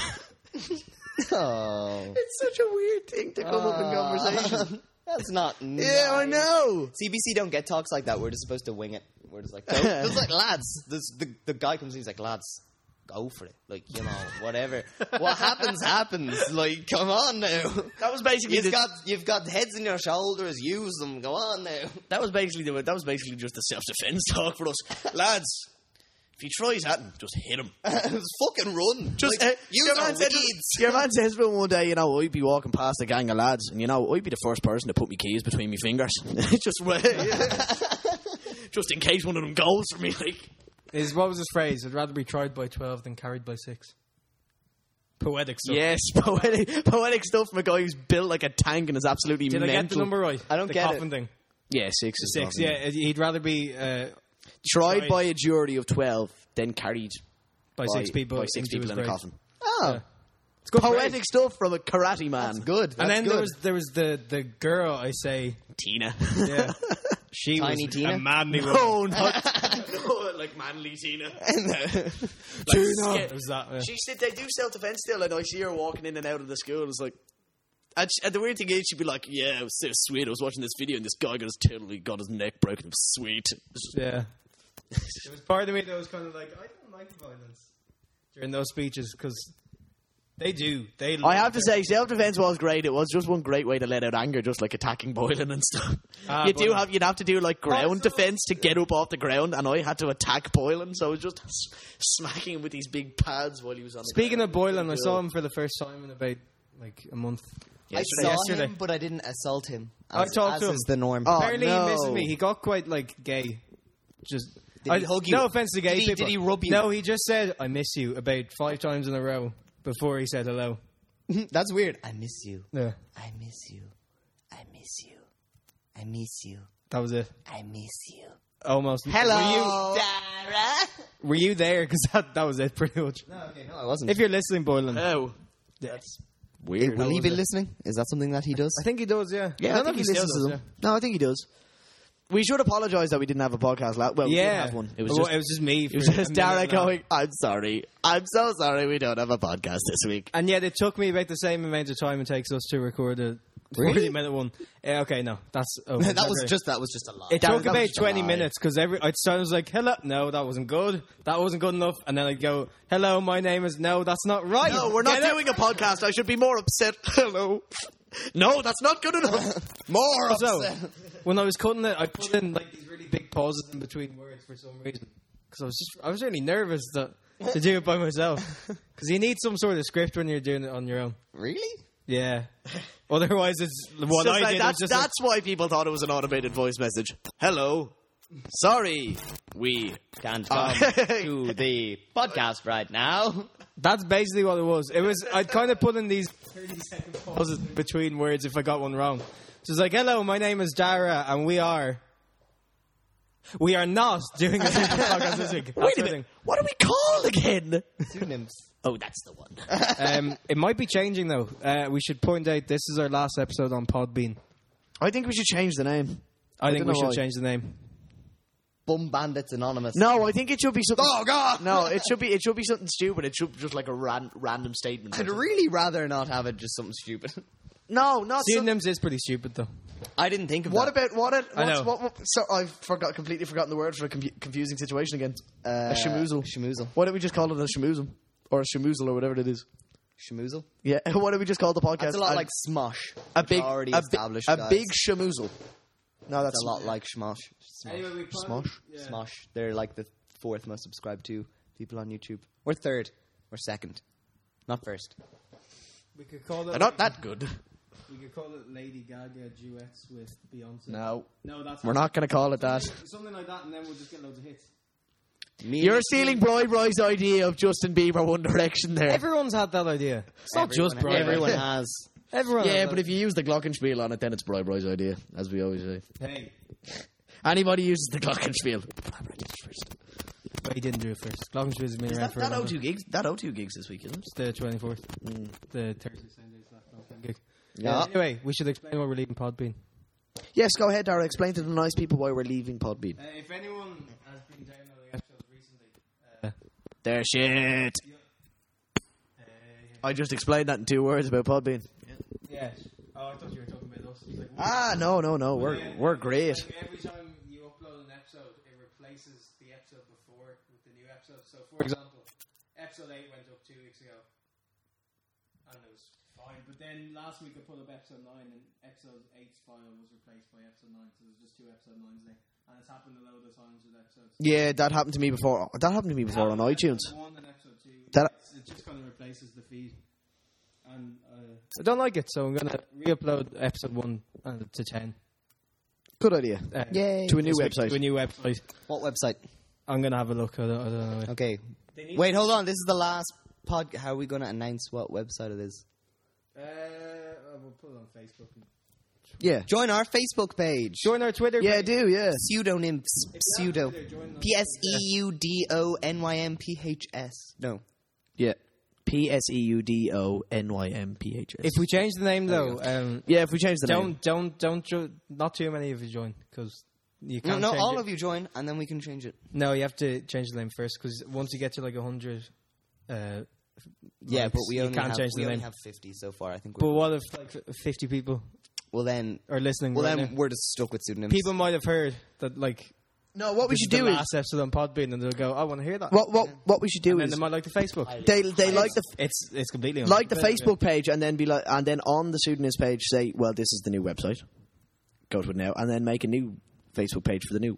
Speaker 1: *laughs*
Speaker 3: Oh.
Speaker 1: it's such a weird thing to come up in conversation.
Speaker 3: Uh, *laughs* That's not.
Speaker 1: *laughs* Yeah, I
Speaker 3: nice.
Speaker 1: know.
Speaker 3: CBC don't get talks like that. We're just supposed to wing it. We're
Speaker 1: *laughs*
Speaker 3: just like, go. it's like lads. This, the the guy comes in. He's like, lads, go for it. Like you know, whatever. what happens happens. Like, come on now.
Speaker 1: *laughs* That was basically
Speaker 3: You've
Speaker 1: the,
Speaker 3: got you've got heads in your shoulders. Use them. Go on now. *laughs*
Speaker 1: that was basically the, that was basically just a self defense *laughs* talk for us, lads. If he tries at him, just hit *laughs* him.
Speaker 3: just fucking run.
Speaker 1: Just
Speaker 3: like,
Speaker 1: uh,
Speaker 3: use
Speaker 1: your,
Speaker 3: your
Speaker 1: man said,
Speaker 3: weeds.
Speaker 1: your *laughs* man says to him one day, you know, I'd be walking past a gang of lads, and you know, I'd be the first person to put my keys between my fingers, *laughs* just wa- just in case one of them goes for me. Like,
Speaker 2: Is What was his phrase? I'd rather be tried by 12 than carried by 6. Poetic stuff.
Speaker 1: yes, *laughs* poetic, poetic stuff from a guy who's built like a tank and is absolutely
Speaker 2: Did I
Speaker 1: mental.
Speaker 2: get the number right?
Speaker 3: I don't
Speaker 2: the
Speaker 3: get it.
Speaker 2: coffin thing.
Speaker 1: Yeah, six is
Speaker 2: Six,
Speaker 1: nothing.
Speaker 2: yeah. He'd rather be uh,
Speaker 1: Tried
Speaker 2: Tried.
Speaker 1: by a jury of twelve, then carried
Speaker 2: by,
Speaker 1: by
Speaker 2: six people.
Speaker 1: by six
Speaker 2: into his
Speaker 1: people in a
Speaker 2: grave.
Speaker 1: coffin.
Speaker 3: Oh,
Speaker 1: It's good poetic stuff from a karate man.
Speaker 3: good. That's
Speaker 2: And then
Speaker 3: good.
Speaker 2: there was there was the, the girl I say
Speaker 1: Tina.
Speaker 2: yeah
Speaker 5: She
Speaker 3: Tiny
Speaker 5: was
Speaker 3: Tina?
Speaker 5: a manly woman.
Speaker 1: *laughs* Oh, *laughs* not no, like manly Tina. *laughs*
Speaker 5: Like,
Speaker 1: Tina.
Speaker 5: it was that, yeah.
Speaker 1: She said they do self defense still, and I see her walking in and out of the school. It's like, and, she, and the weird thing is, she'd be like, "Yeah, it was so sweet. I was watching this video, and this guy got his totally got his neck broken. It was sweet." It's just-
Speaker 2: Yeah.
Speaker 4: There was part of me that was kind of like, I don't like violence.
Speaker 2: During those speeches, because they do. They.
Speaker 1: I have to say, self defense was great. It was just one great way to let out anger, just like attacking Boylan and stuff.
Speaker 2: Ah,
Speaker 1: you do
Speaker 2: Boylan.
Speaker 1: have you'd have to do like ground defense to get up off the ground, and I had to attack Boylan, so I was just s- smacking him with these big pads while he was on. the
Speaker 2: Speaking
Speaker 1: ground.
Speaker 2: of Boylan, I
Speaker 1: Good
Speaker 2: saw
Speaker 1: girl.
Speaker 2: him for the first time in about like a month.
Speaker 3: I saw
Speaker 2: yesterday.
Speaker 3: him, but I didn't assault him.
Speaker 2: I
Speaker 3: As,
Speaker 2: talked
Speaker 3: as
Speaker 2: to him.
Speaker 3: is the norm.
Speaker 1: Oh,
Speaker 2: Apparently,
Speaker 1: no.
Speaker 2: he missed me. He got quite like gay. Just
Speaker 3: Did he hug you?
Speaker 2: No offense to gay
Speaker 3: Did he-
Speaker 2: people.
Speaker 3: did he rub you?
Speaker 2: No, he just said "I miss you" about five times in a row before he said hello.
Speaker 3: That's weird. I miss you.
Speaker 2: Yeah,
Speaker 3: I miss you. I miss you. I miss you.
Speaker 2: that was it.
Speaker 3: I miss you.
Speaker 2: Almost.
Speaker 3: Hello,
Speaker 2: Were
Speaker 3: Dara.
Speaker 2: you, were you there? Because that, that was it, *laughs* pretty much.
Speaker 3: No, okay, no, I wasn't.
Speaker 2: If you're listening, Boylan,
Speaker 1: Oh,
Speaker 2: that's
Speaker 1: weird.
Speaker 3: Will he
Speaker 2: was
Speaker 3: be
Speaker 2: it?
Speaker 3: listening? Is that something that he does?
Speaker 2: I think he does. Yeah.
Speaker 1: Yeah, I,
Speaker 2: don't know
Speaker 1: think
Speaker 2: if
Speaker 1: he
Speaker 2: still
Speaker 1: listens to
Speaker 2: does,
Speaker 1: them. No, I think he does. We should apologise that we didn't have a podcast last. Well,
Speaker 2: Yeah.
Speaker 1: we did have one. It was
Speaker 2: Well,
Speaker 1: just,
Speaker 2: it was just me.
Speaker 1: it was
Speaker 2: for
Speaker 1: just
Speaker 2: a
Speaker 1: Dara
Speaker 2: minute and a half.
Speaker 1: going. I'm sorry. I'm so sorry. We don't have a podcast this week.
Speaker 2: And yet, it took me about the same amount of time it takes us to record a
Speaker 3: Really?
Speaker 2: forty-minute one. Yeah, okay, no, that's
Speaker 3: *laughs*
Speaker 2: oh,
Speaker 3: that was
Speaker 2: really-
Speaker 3: just that was just a lie.
Speaker 1: Darren,
Speaker 2: It took
Speaker 1: that
Speaker 2: about
Speaker 1: was just a
Speaker 2: 20
Speaker 1: lie.
Speaker 2: minutes because every I'd start I was like, hello, no, that wasn't good. That wasn't good enough. And then I'd go, hello, my name is, no, that's not right.
Speaker 1: No, we're not
Speaker 2: Get out.
Speaker 1: doing a podcast. I should be more upset. *laughs* Hello. No, that's not good
Speaker 2: *laughs*
Speaker 1: enough. More
Speaker 2: So,
Speaker 1: upset.
Speaker 2: when I was cutting it, I put in like these really big pauses in between words for some reason. Because I was just, I was really nervous that, to do it
Speaker 1: *laughs*
Speaker 2: by myself. Because you need some sort of script when you're doing it on your own.
Speaker 3: really?
Speaker 2: Yeah.
Speaker 1: *laughs*
Speaker 2: Otherwise, it's what
Speaker 1: Just
Speaker 2: I
Speaker 1: like
Speaker 2: did.
Speaker 1: that's
Speaker 2: was just
Speaker 1: that's why people thought it was an automated voice message. Hello. Sorry. We.
Speaker 3: Can't
Speaker 1: *laughs* Um,
Speaker 3: *laughs* to the podcast right now.
Speaker 2: like- that's basically what it was. It was
Speaker 4: *laughs*
Speaker 2: I'd kind of put in these pauses between words if I got one wrong. So it's like, hello, my name is Dara, and we are. We are not doing a super podcast this *laughs* week. That's
Speaker 1: Wait a
Speaker 2: the
Speaker 1: minute. What are we called again?
Speaker 3: *laughs* Pseudonyms.
Speaker 1: Oh, that's the one.
Speaker 2: thing. Um, it might be changing though. Uh, we should point out this is our last episode on Podbean.
Speaker 1: I think we should change the name.
Speaker 2: I, think
Speaker 1: don't
Speaker 2: we
Speaker 1: know
Speaker 2: should
Speaker 1: why.
Speaker 2: change the name.
Speaker 3: Bum Bandits Anonymous.
Speaker 1: No, I think it should be something.
Speaker 3: Oh, God.
Speaker 1: No, it should be it should be something stupid. It should be just like a ran, random statement.
Speaker 3: I'd really rather not have it. Just something stupid.
Speaker 1: no, not some-
Speaker 2: Pseudonyms is pretty stupid though.
Speaker 3: I didn't think of
Speaker 1: What
Speaker 3: that.
Speaker 1: about what? It,
Speaker 2: I
Speaker 1: what's,
Speaker 2: know.
Speaker 1: What, what- so I've forgot completely forgotten the word for a confu- confusing situation again.
Speaker 3: Uh,
Speaker 1: a shamoozle.
Speaker 3: Shamoozle.
Speaker 1: Why don't we just call it a shamoozle or a shamoozle or whatever it is?
Speaker 3: Shamoozle.
Speaker 1: Yeah. *laughs* Why don't we just call the podcast
Speaker 3: That's a lot like Smosh.
Speaker 1: a
Speaker 3: which
Speaker 1: big
Speaker 3: already
Speaker 1: a, bi-
Speaker 3: established.
Speaker 1: a
Speaker 3: guys.
Speaker 1: big shamoozle? No, that's
Speaker 3: That's a lot like Smosh. Smosh.
Speaker 4: Anyway, we
Speaker 3: Smosh.
Speaker 4: Yeah.
Speaker 3: Smosh. They're like the fourth most subscribed to people on YouTube. We're third. We're second. Not first.
Speaker 2: We could call
Speaker 1: They're not that good.
Speaker 4: You could call it Lady Gaga duets with Beyonce.
Speaker 1: No,
Speaker 4: No, that's
Speaker 1: we're not going to call it that.
Speaker 4: Something like that, and then we'll just get loads of hits.
Speaker 3: Me
Speaker 1: You're
Speaker 3: and-
Speaker 1: stealing Brian Roy's idea of Justin Bieber One Direction *laughs* there.
Speaker 2: Everyone's had that idea. It's not
Speaker 3: Everyone-
Speaker 2: just Brian.
Speaker 3: Everyone has.
Speaker 2: Everyone.
Speaker 1: yeah,
Speaker 2: has
Speaker 1: but
Speaker 2: that.
Speaker 1: if you use the glockenspiel on it, then it's Brian Roy's idea, as we always say.
Speaker 4: Hey,
Speaker 1: Anybody uses the glockenspiel. Brian Roy did it first.
Speaker 2: But he didn't do it first. Glockenspiel has been around
Speaker 1: That,
Speaker 2: for
Speaker 1: that Hmm.
Speaker 2: a long
Speaker 1: O2
Speaker 2: time.
Speaker 1: gigs. That O2 gigs this week, isn't it?
Speaker 2: It's the twenty fourth, the Thursday, Sunday's last long gig.
Speaker 3: Yeah.
Speaker 2: Anyway, we should explain why we're leaving Podbean.
Speaker 1: Yes, go ahead, Dara. Explain to the nice people why we're leaving Podbean.
Speaker 4: uh, if anyone has been downloading episodes recently,
Speaker 1: They're shit.
Speaker 4: uh,
Speaker 1: I *laughs* just explained that in two words about Podbean.
Speaker 4: yes. Oh, I thought you were talking about us. It's like,
Speaker 1: Ah, no, no, no. We're
Speaker 4: Yeah.
Speaker 1: we're great.
Speaker 4: Like, every time you upload an episode, it replaces the episode before with the new episode. So, for example, episode 8 went up two weeks ago, and it was fine. But then last week I put up episode 9, and episode 8's file was replaced by episode 9, so there's just two episode 9s there. And it's happened a load of times with episodes.
Speaker 1: Yeah, that happened to me before. That happened to me before on iTunes.
Speaker 4: Episode 1 and episode 2.
Speaker 1: That-
Speaker 4: it's- it just kind of replaces the feed. And, uh,
Speaker 2: I don't like it, so I'm gonna re-upload episode one uh, to ten.
Speaker 1: Good idea.
Speaker 2: Uh,
Speaker 3: Yay.
Speaker 1: To a new
Speaker 2: this week
Speaker 1: website.
Speaker 2: To a new website.
Speaker 3: What website?
Speaker 2: I'm gonna have a look. I don't, I don't know.
Speaker 3: Okay. Wait, hold on. This is the last pod. How are we going to announce what website it is?
Speaker 4: uh, we'll put it on Facebook. And
Speaker 1: Yeah,
Speaker 3: Join our Facebook page.
Speaker 2: Join our Twitter.
Speaker 1: yeah, I
Speaker 2: page.
Speaker 1: do. Yeah,
Speaker 3: Pseudonyms. Pseudo.
Speaker 4: They're joining us.
Speaker 3: P S E U D O N Y M P H S. No.
Speaker 1: yeah. P S E U D O N Y M P H S.
Speaker 2: If we change the name though, um,
Speaker 1: Yeah, if we change the name.
Speaker 2: don't don't don't jo- not too many of you join because You
Speaker 3: No,
Speaker 2: can't
Speaker 3: no,
Speaker 2: change
Speaker 3: all
Speaker 2: it.
Speaker 3: of you join, and then we can change it.
Speaker 2: No, you have to change the name first because once you get to like hundred, uh,
Speaker 3: Yeah,
Speaker 2: likes,
Speaker 3: but we
Speaker 2: you
Speaker 3: only
Speaker 2: can't
Speaker 3: have,
Speaker 2: change
Speaker 3: we
Speaker 2: the
Speaker 3: only
Speaker 2: name.
Speaker 3: have fifty so far. I think.
Speaker 2: but
Speaker 3: We're,
Speaker 2: what if like fifty people
Speaker 3: well then,
Speaker 2: are listening?
Speaker 3: well
Speaker 2: right
Speaker 3: then,
Speaker 2: now?
Speaker 3: we're just stuck with pseudonyms.
Speaker 2: people might have heard that like
Speaker 1: No, what we
Speaker 2: this
Speaker 1: should
Speaker 2: is
Speaker 1: do
Speaker 2: the
Speaker 1: is
Speaker 2: last episode on Podbean, and they'll go, "I want to hear that."
Speaker 1: what what what we should do
Speaker 2: and then
Speaker 1: is
Speaker 2: they might like the Facebook.
Speaker 1: they they like the
Speaker 2: it's it's completely
Speaker 1: like the
Speaker 2: unfair.
Speaker 1: Facebook page and then be like, and then on the pseudonym's page say, well, this is the new website. Go to it now, and then make a new Facebook page for the new.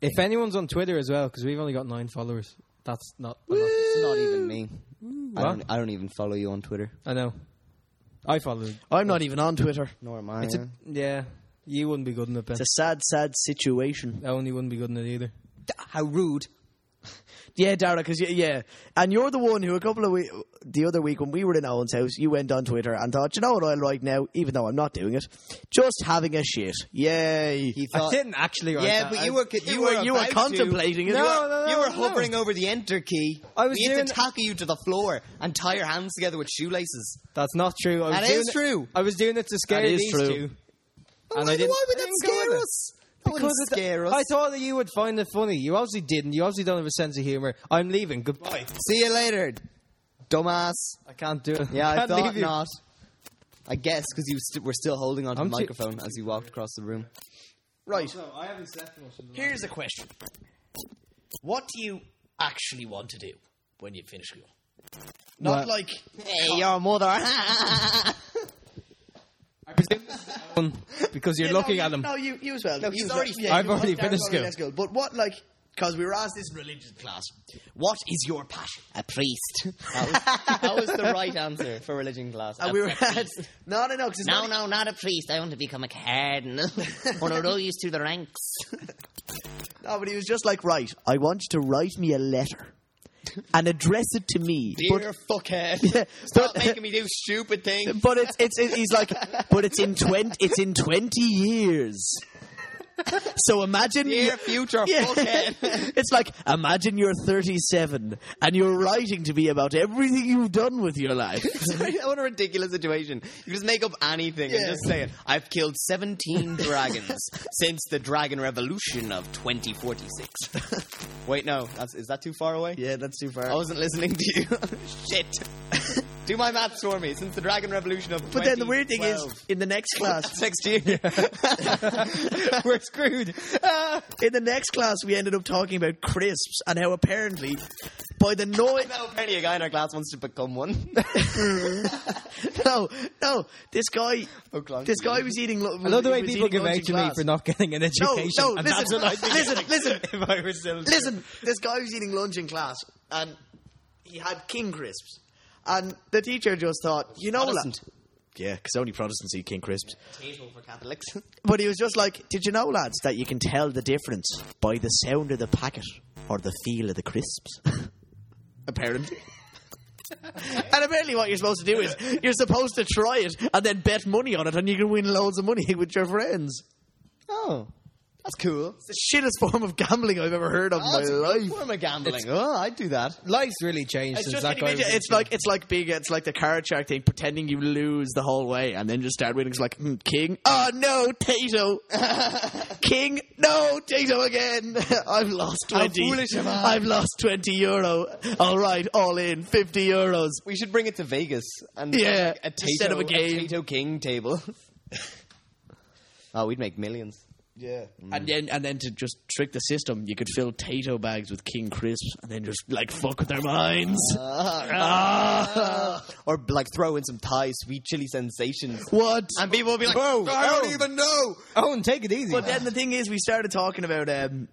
Speaker 2: If anyone's on Twitter as well, because we've only got nine followers. That's not.
Speaker 3: It's not even me. I
Speaker 2: What?
Speaker 3: don't, I don't even follow you on Twitter.
Speaker 2: I know. I followed.
Speaker 1: I'm not even on Twitter.
Speaker 3: Nor am I.
Speaker 2: It's a, yeah, you wouldn't be good in it. Ben.
Speaker 1: It's a sad, sad situation.
Speaker 2: I only wouldn't be good in it either.
Speaker 3: How rude!
Speaker 1: Yeah, Dara, because yeah, and you're the one who a couple of we- the other week when we were in Owen's house, you went on Twitter and thought, you know what, I'll write now, even though I'm not doing it, just having a shit. Yay!
Speaker 3: He thought.
Speaker 2: I didn't actually. Write
Speaker 3: yeah,
Speaker 2: that.
Speaker 3: but
Speaker 2: I-
Speaker 3: you were you,
Speaker 1: you were you were
Speaker 3: about to.
Speaker 1: contemplating it.
Speaker 2: No, no, no,
Speaker 3: you were
Speaker 2: no.
Speaker 3: hovering over the enter key.
Speaker 2: I was
Speaker 3: we
Speaker 2: doing-
Speaker 3: had to tackle you to the floor and tie your hands together with shoelaces.
Speaker 2: That's not true. I was
Speaker 3: That
Speaker 2: doing
Speaker 3: is
Speaker 2: it-
Speaker 3: true.
Speaker 2: I was doing it to scare
Speaker 1: That is
Speaker 2: these
Speaker 1: true.
Speaker 2: two.
Speaker 3: Why,
Speaker 2: And I didn't-
Speaker 3: why would
Speaker 2: I
Speaker 3: that
Speaker 2: didn't go
Speaker 3: scare
Speaker 2: with it.
Speaker 3: us? That wouldn't
Speaker 2: Because
Speaker 3: scare us.
Speaker 2: I thought that you would find it funny. You obviously didn't. You obviously don't have a sense of humor. I'm leaving. Goodbye.
Speaker 3: See you later, dumbass.
Speaker 2: *laughs* I can't do it.
Speaker 3: Yeah, I
Speaker 2: can't
Speaker 3: thought
Speaker 2: leave you.
Speaker 3: not. I guess because you st- were still holding onto
Speaker 2: I'm
Speaker 3: the
Speaker 2: too-
Speaker 3: microphone as you walked across the room.
Speaker 1: Right,
Speaker 2: I haven't slept much.
Speaker 1: here's a question: What do you actually want to do when you finish school? Not
Speaker 2: Well-
Speaker 1: like
Speaker 3: Hey, your
Speaker 2: *laughs*
Speaker 3: mother.
Speaker 2: because you're
Speaker 1: Yeah,
Speaker 2: looking
Speaker 1: no,
Speaker 2: at
Speaker 1: you-
Speaker 2: him.
Speaker 1: No, you, you as well.
Speaker 3: No,
Speaker 1: You
Speaker 3: he's
Speaker 1: as
Speaker 3: already
Speaker 1: well.
Speaker 3: finished.
Speaker 2: I've
Speaker 1: you-
Speaker 2: already
Speaker 1: Darren's
Speaker 2: finished school.
Speaker 1: finished school. But what, like, because we were asked this in religion class, what is your passion?
Speaker 3: a priest. *laughs* That was, that was the right answer for religion class.
Speaker 1: And Uh, we were asked, no, no, no, because
Speaker 3: *laughs* no, no, not a priest. I want to become a *laughs* cardinal. One of those to the ranks.
Speaker 1: no, but he was just like, right, I want you to write me a *laughs* letter and address it to me.
Speaker 3: Dear fuckhead. *laughs*
Speaker 1: but,
Speaker 3: Stop making me do stupid *laughs* things.
Speaker 1: but it's, it's, it- he's like, but it's in twenty, it's in twenty *laughs* years. So imagine
Speaker 3: Dear *laughs* future
Speaker 1: Yeah.
Speaker 3: fuckhead.
Speaker 1: *laughs* it's like imagine you're 37 and you're writing to me about everything you've done with your life.
Speaker 3: *laughs* what a ridiculous situation. You just make up anything and just say it. I've killed 17 dragons *laughs* since the dragon revolution of
Speaker 1: *laughs*
Speaker 3: 2046. Wait, no. That's, is that too far away?
Speaker 1: yeah, that's too far.
Speaker 3: I wasn't listening to you. *laughs* Shit. *laughs* Do my maths for me. Since the dragon revolution of
Speaker 1: But then the weird thing is,
Speaker 3: 2012.
Speaker 1: in the next class,
Speaker 3: Next year. *laughs* We're screwed. Ah.
Speaker 1: in the next class, we ended up talking about crisps and how apparently, by the noise,
Speaker 3: No, apparently a guy in our class wants to become one.
Speaker 1: *laughs* no, no, this guy,
Speaker 3: Oh, clunky.
Speaker 1: this guy was eating. lo-
Speaker 2: I love the way
Speaker 1: was
Speaker 2: people
Speaker 1: eating
Speaker 2: give
Speaker 1: lunch
Speaker 2: out
Speaker 1: in
Speaker 2: to me
Speaker 1: class.
Speaker 2: for not getting an
Speaker 1: No,
Speaker 2: education.
Speaker 1: no,
Speaker 2: and that's
Speaker 1: listen,
Speaker 2: what *laughs* I'd be
Speaker 1: listen, listen,
Speaker 2: getting if I were still
Speaker 1: listen. This guy was eating lunch in class, and he had king crisps, and the teacher just thought, you know, lad.
Speaker 3: Protestant.
Speaker 1: Yeah, because only Protestants eat king crisps.
Speaker 3: Potato for Catholics.
Speaker 1: But he was just like, did you know, lads, that you can tell the difference by the sound of the packet or the feel of the crisps? *laughs* apparently.
Speaker 3: *laughs*
Speaker 1: and apparently, what you're supposed to do is you're supposed to try it and then bet money on it, and you can win loads of money *laughs* with your friends.
Speaker 3: Oh, that's cool.
Speaker 1: It's the shittest form of gambling I've ever heard of in my
Speaker 3: That's a good
Speaker 1: life.
Speaker 3: form of gambling. oh, I'd do that.
Speaker 2: Life's really changed
Speaker 1: It's just
Speaker 2: since that
Speaker 1: can you
Speaker 2: guy.
Speaker 1: imagine,
Speaker 2: was in
Speaker 1: it's like it's like being it's like the card shark thing, pretending you lose the whole way and then just start winning. It's like hmm, king, oh no, Tato, *laughs* king, no, Tato again. *laughs* I've lost twenty.
Speaker 3: foolish am I?
Speaker 1: I've lost twenty euro. All right, all in fifty euros.
Speaker 3: We should bring it to Vegas and
Speaker 1: Yeah,
Speaker 3: like, a tato,
Speaker 1: instead of a game.
Speaker 3: Tato King table. *laughs* oh, we'd make millions.
Speaker 1: Yeah,
Speaker 3: Mm.
Speaker 1: and then and then to just trick the system, you could fill Tato bags with king crisps and then just like fuck with their minds. Ah.
Speaker 3: Or like throw in some Thai sweet chili sensations.
Speaker 1: what?
Speaker 3: And people will be like,
Speaker 2: Whoa,
Speaker 3: I
Speaker 2: oh.
Speaker 3: don't even know.
Speaker 2: Oh, and take it easy.
Speaker 1: But then the thing is, we started talking about. Um,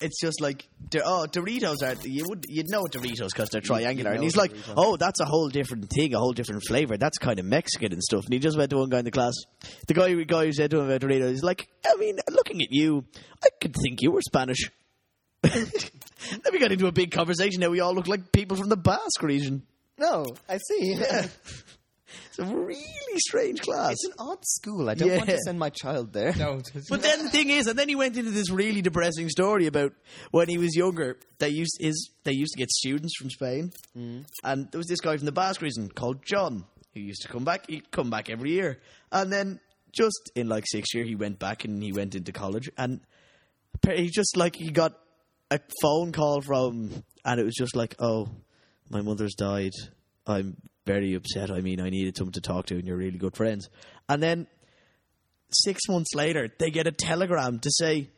Speaker 1: it's just like Dor- oh, Doritos are you would you'd know Doritos because they're triangular,
Speaker 3: you'd
Speaker 1: and
Speaker 3: know
Speaker 1: he's like,
Speaker 3: Doritos.
Speaker 1: oh, that's a whole different thing, a whole different flavor. That's kind of Mexican and stuff. And he just went to one guy in the class, the guy the guy who said to him about Doritos, he's like, I mean, looking at you, I could think you were Spanish. *laughs* then we got into a big conversation. Now we all look like people from the Basque region.
Speaker 3: No, I *laughs* see.
Speaker 1: It's a really strange class.
Speaker 3: It's an odd school. I don't want
Speaker 1: Yeah.
Speaker 3: to send my child there.
Speaker 2: Don't.
Speaker 1: But then the thing is, and then he went into this really depressing story about when he was younger. They used his, they used to get students from Spain, and there was this guy from the Basque region called John who used to come back. He'd come back every year, and then just in like sixth year, he went back and he went into college, and Appa- He just like he got a phone call from, and it was just like, "Oh, my mother's died. I'm very upset. I mean, I needed someone to talk to, and you're really good friends." And then six months later, they get a telegram to say,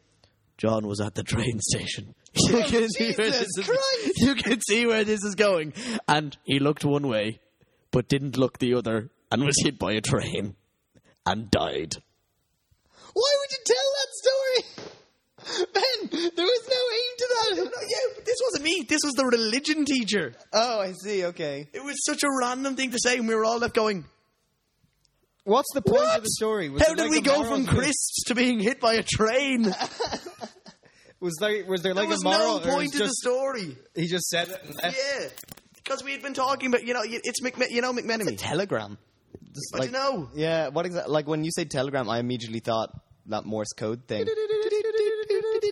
Speaker 1: "John was at the train station." *laughs* You can, see where this is, you can see where this is going. And he looked one way, but didn't look the other, and was hit by a train and died.
Speaker 3: Why would you tell that story? *laughs* Ben, there was no aim to that.
Speaker 1: Oh, Yeah, but this wasn't me. This was the religion teacher.
Speaker 3: Oh, I see. Okay.
Speaker 1: It was such a random thing to say, and we were all left going,
Speaker 2: *laughs* What's the point of the story? Was
Speaker 1: How
Speaker 2: it
Speaker 1: did
Speaker 2: like
Speaker 1: we
Speaker 2: a
Speaker 1: go
Speaker 2: moral
Speaker 1: from
Speaker 2: to it?
Speaker 1: crisps to being hit by a train?
Speaker 2: Was there was there
Speaker 1: there
Speaker 2: like
Speaker 1: was
Speaker 2: a moral?
Speaker 1: no
Speaker 2: or it was
Speaker 1: point to the
Speaker 2: just-
Speaker 1: story.
Speaker 2: He just said it. And left?
Speaker 1: Yeah. Because we had been talking about, you know, y- it's Mc, you know McMenemy.
Speaker 3: Telegram. Just
Speaker 1: I
Speaker 3: like
Speaker 1: know.
Speaker 3: yeah. What exactly? Like when you say telegram, I immediately thought that Morse code thing.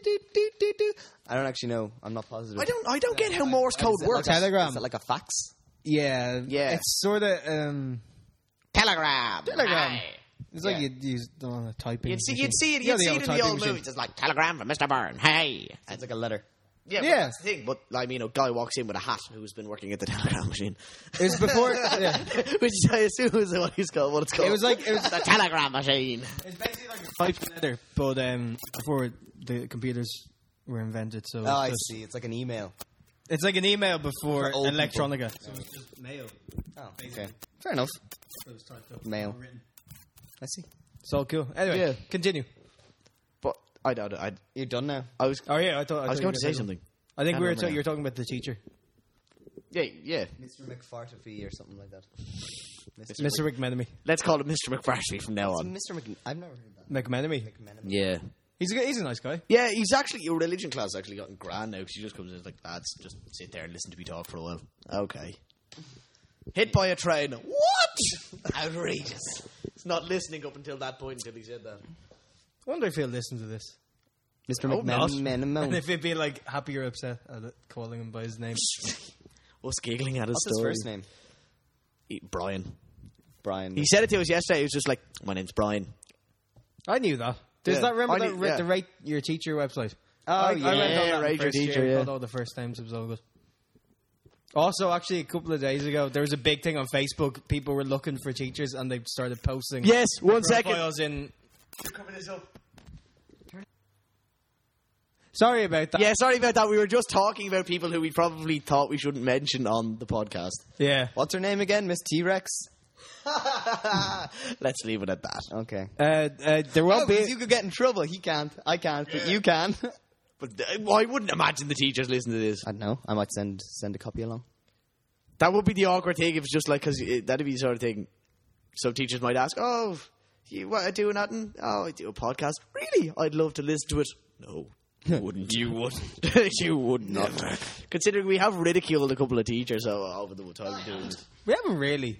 Speaker 3: I don't actually know. I'm not positive.
Speaker 1: I don't, I don't get how Morse code
Speaker 3: Is it
Speaker 1: works.
Speaker 3: Like a,
Speaker 2: Telegram.
Speaker 3: Is it like a fax?
Speaker 2: Yeah,
Speaker 3: Yeah.
Speaker 2: It's sort of um,
Speaker 3: Telegram.
Speaker 2: telegram. It's like
Speaker 3: Yeah.
Speaker 2: you'd use on a typing.
Speaker 1: You'd see,
Speaker 2: machine.
Speaker 1: you'd see it,
Speaker 2: Yeah,
Speaker 1: you'd see it in the
Speaker 2: typing
Speaker 1: old
Speaker 2: machine.
Speaker 1: movies. It's like,
Speaker 5: Telegram from Mr. Byrne. Hey.
Speaker 3: It's like a letter.
Speaker 1: yeah,
Speaker 2: Yeah.
Speaker 1: yeah. That's the thing. But, I mean, a guy walks in with a hat who's been working at the *laughs* telegram machine.
Speaker 2: It was before. yeah.
Speaker 1: Which I assume is what, he's called, what it's called.
Speaker 2: It was like it was,
Speaker 5: The telegram machine.
Speaker 2: it was basically like a typed letter, but um, before the computers were invented. So
Speaker 3: Oh, I
Speaker 2: it's-
Speaker 3: see. It's like an email.
Speaker 2: it's like an email before
Speaker 3: For old
Speaker 2: electronica. So it's just
Speaker 4: Mail.
Speaker 3: Oh, okay. Fair enough.
Speaker 4: So it's typed up.
Speaker 3: Mail.
Speaker 4: Written.
Speaker 3: I see.
Speaker 2: it's all cool. Anyway,
Speaker 1: Yeah.
Speaker 2: continue.
Speaker 1: but I don't know. I,
Speaker 3: You're done now.
Speaker 1: I was,
Speaker 2: Oh yeah, I thought I,
Speaker 1: I was
Speaker 2: thought you
Speaker 1: going
Speaker 2: were
Speaker 1: to say something.
Speaker 2: I think
Speaker 1: Can't
Speaker 2: we were
Speaker 1: remember
Speaker 2: ta-
Speaker 1: now.
Speaker 2: you were talking about the teacher,
Speaker 1: Yeah, yeah.
Speaker 3: Mr. McFartafee or something like that. Mr.
Speaker 2: Mr. McMenemy.
Speaker 1: Let's call him Mr. McFarty from now on.
Speaker 3: Mr. Mc. I've never heard that.
Speaker 2: McMenemy.
Speaker 3: McMenamin.
Speaker 1: Yeah.
Speaker 2: He's a g- he's a nice guy.
Speaker 1: Yeah, he's actually, your religion class actually gotten grand now because he just comes in and is like, lads, just sit there and listen to me talk for a while. Okay. Hit by a train. What? *laughs* Outrageous. It's not listening up until that point until he said that.
Speaker 2: I wonder if he'll listen to this.
Speaker 3: Mr.
Speaker 1: hope not.
Speaker 3: *laughs*
Speaker 2: And
Speaker 3: McMenamin.
Speaker 2: if he'd be like happy or upset at it, calling him by his name.
Speaker 1: *laughs* Us giggling at his
Speaker 3: What's his
Speaker 1: story.
Speaker 3: first name?
Speaker 1: He- Brian.
Speaker 3: Brian.
Speaker 1: He said it to us yesterday. He was just like, my name's Brian.
Speaker 2: I knew that. Does
Speaker 1: Yeah.
Speaker 2: that remember
Speaker 1: I
Speaker 2: that,
Speaker 1: knew-
Speaker 2: ra-
Speaker 1: yeah.
Speaker 2: the rate your teacher website?
Speaker 3: Oh,
Speaker 2: I,
Speaker 3: yeah.
Speaker 2: I went on
Speaker 1: Yeah,
Speaker 2: that
Speaker 1: Rate
Speaker 2: in
Speaker 1: Your
Speaker 2: first
Speaker 1: Teacher,
Speaker 2: year,
Speaker 1: yeah.
Speaker 2: yeah. all the first times it was all good. Also, actually, a couple of days ago, there was a big thing on Facebook. People were looking for teachers, and they started posting.
Speaker 1: Yes, one second.
Speaker 2: profiles in. Sorry about that.
Speaker 1: Yeah, sorry about that. We were just talking about people who we probably thought we shouldn't mention on the podcast.
Speaker 2: Yeah.
Speaker 3: What's her name again? Miss T Rex?
Speaker 1: Let's leave it at that.
Speaker 3: Okay.
Speaker 2: Uh, uh, there will
Speaker 3: Oh,
Speaker 2: be.
Speaker 3: because you could get in trouble. He can't. I can't, but you can.
Speaker 1: But uh, well, I wouldn't imagine the teachers listen to this.
Speaker 3: I don't know. I might send send a copy along.
Speaker 1: That would be the awkward thing if it's just like because that'd be the sort of thing. Some teachers might ask, "Oh, you what are doing nothing? Oh, I do a podcast. Really? I'd love to listen to it. No, *laughs* you wouldn't. you wouldn't. you would not. Considering we have ridiculed a couple of teachers o- over the time doing this.
Speaker 2: we haven't really.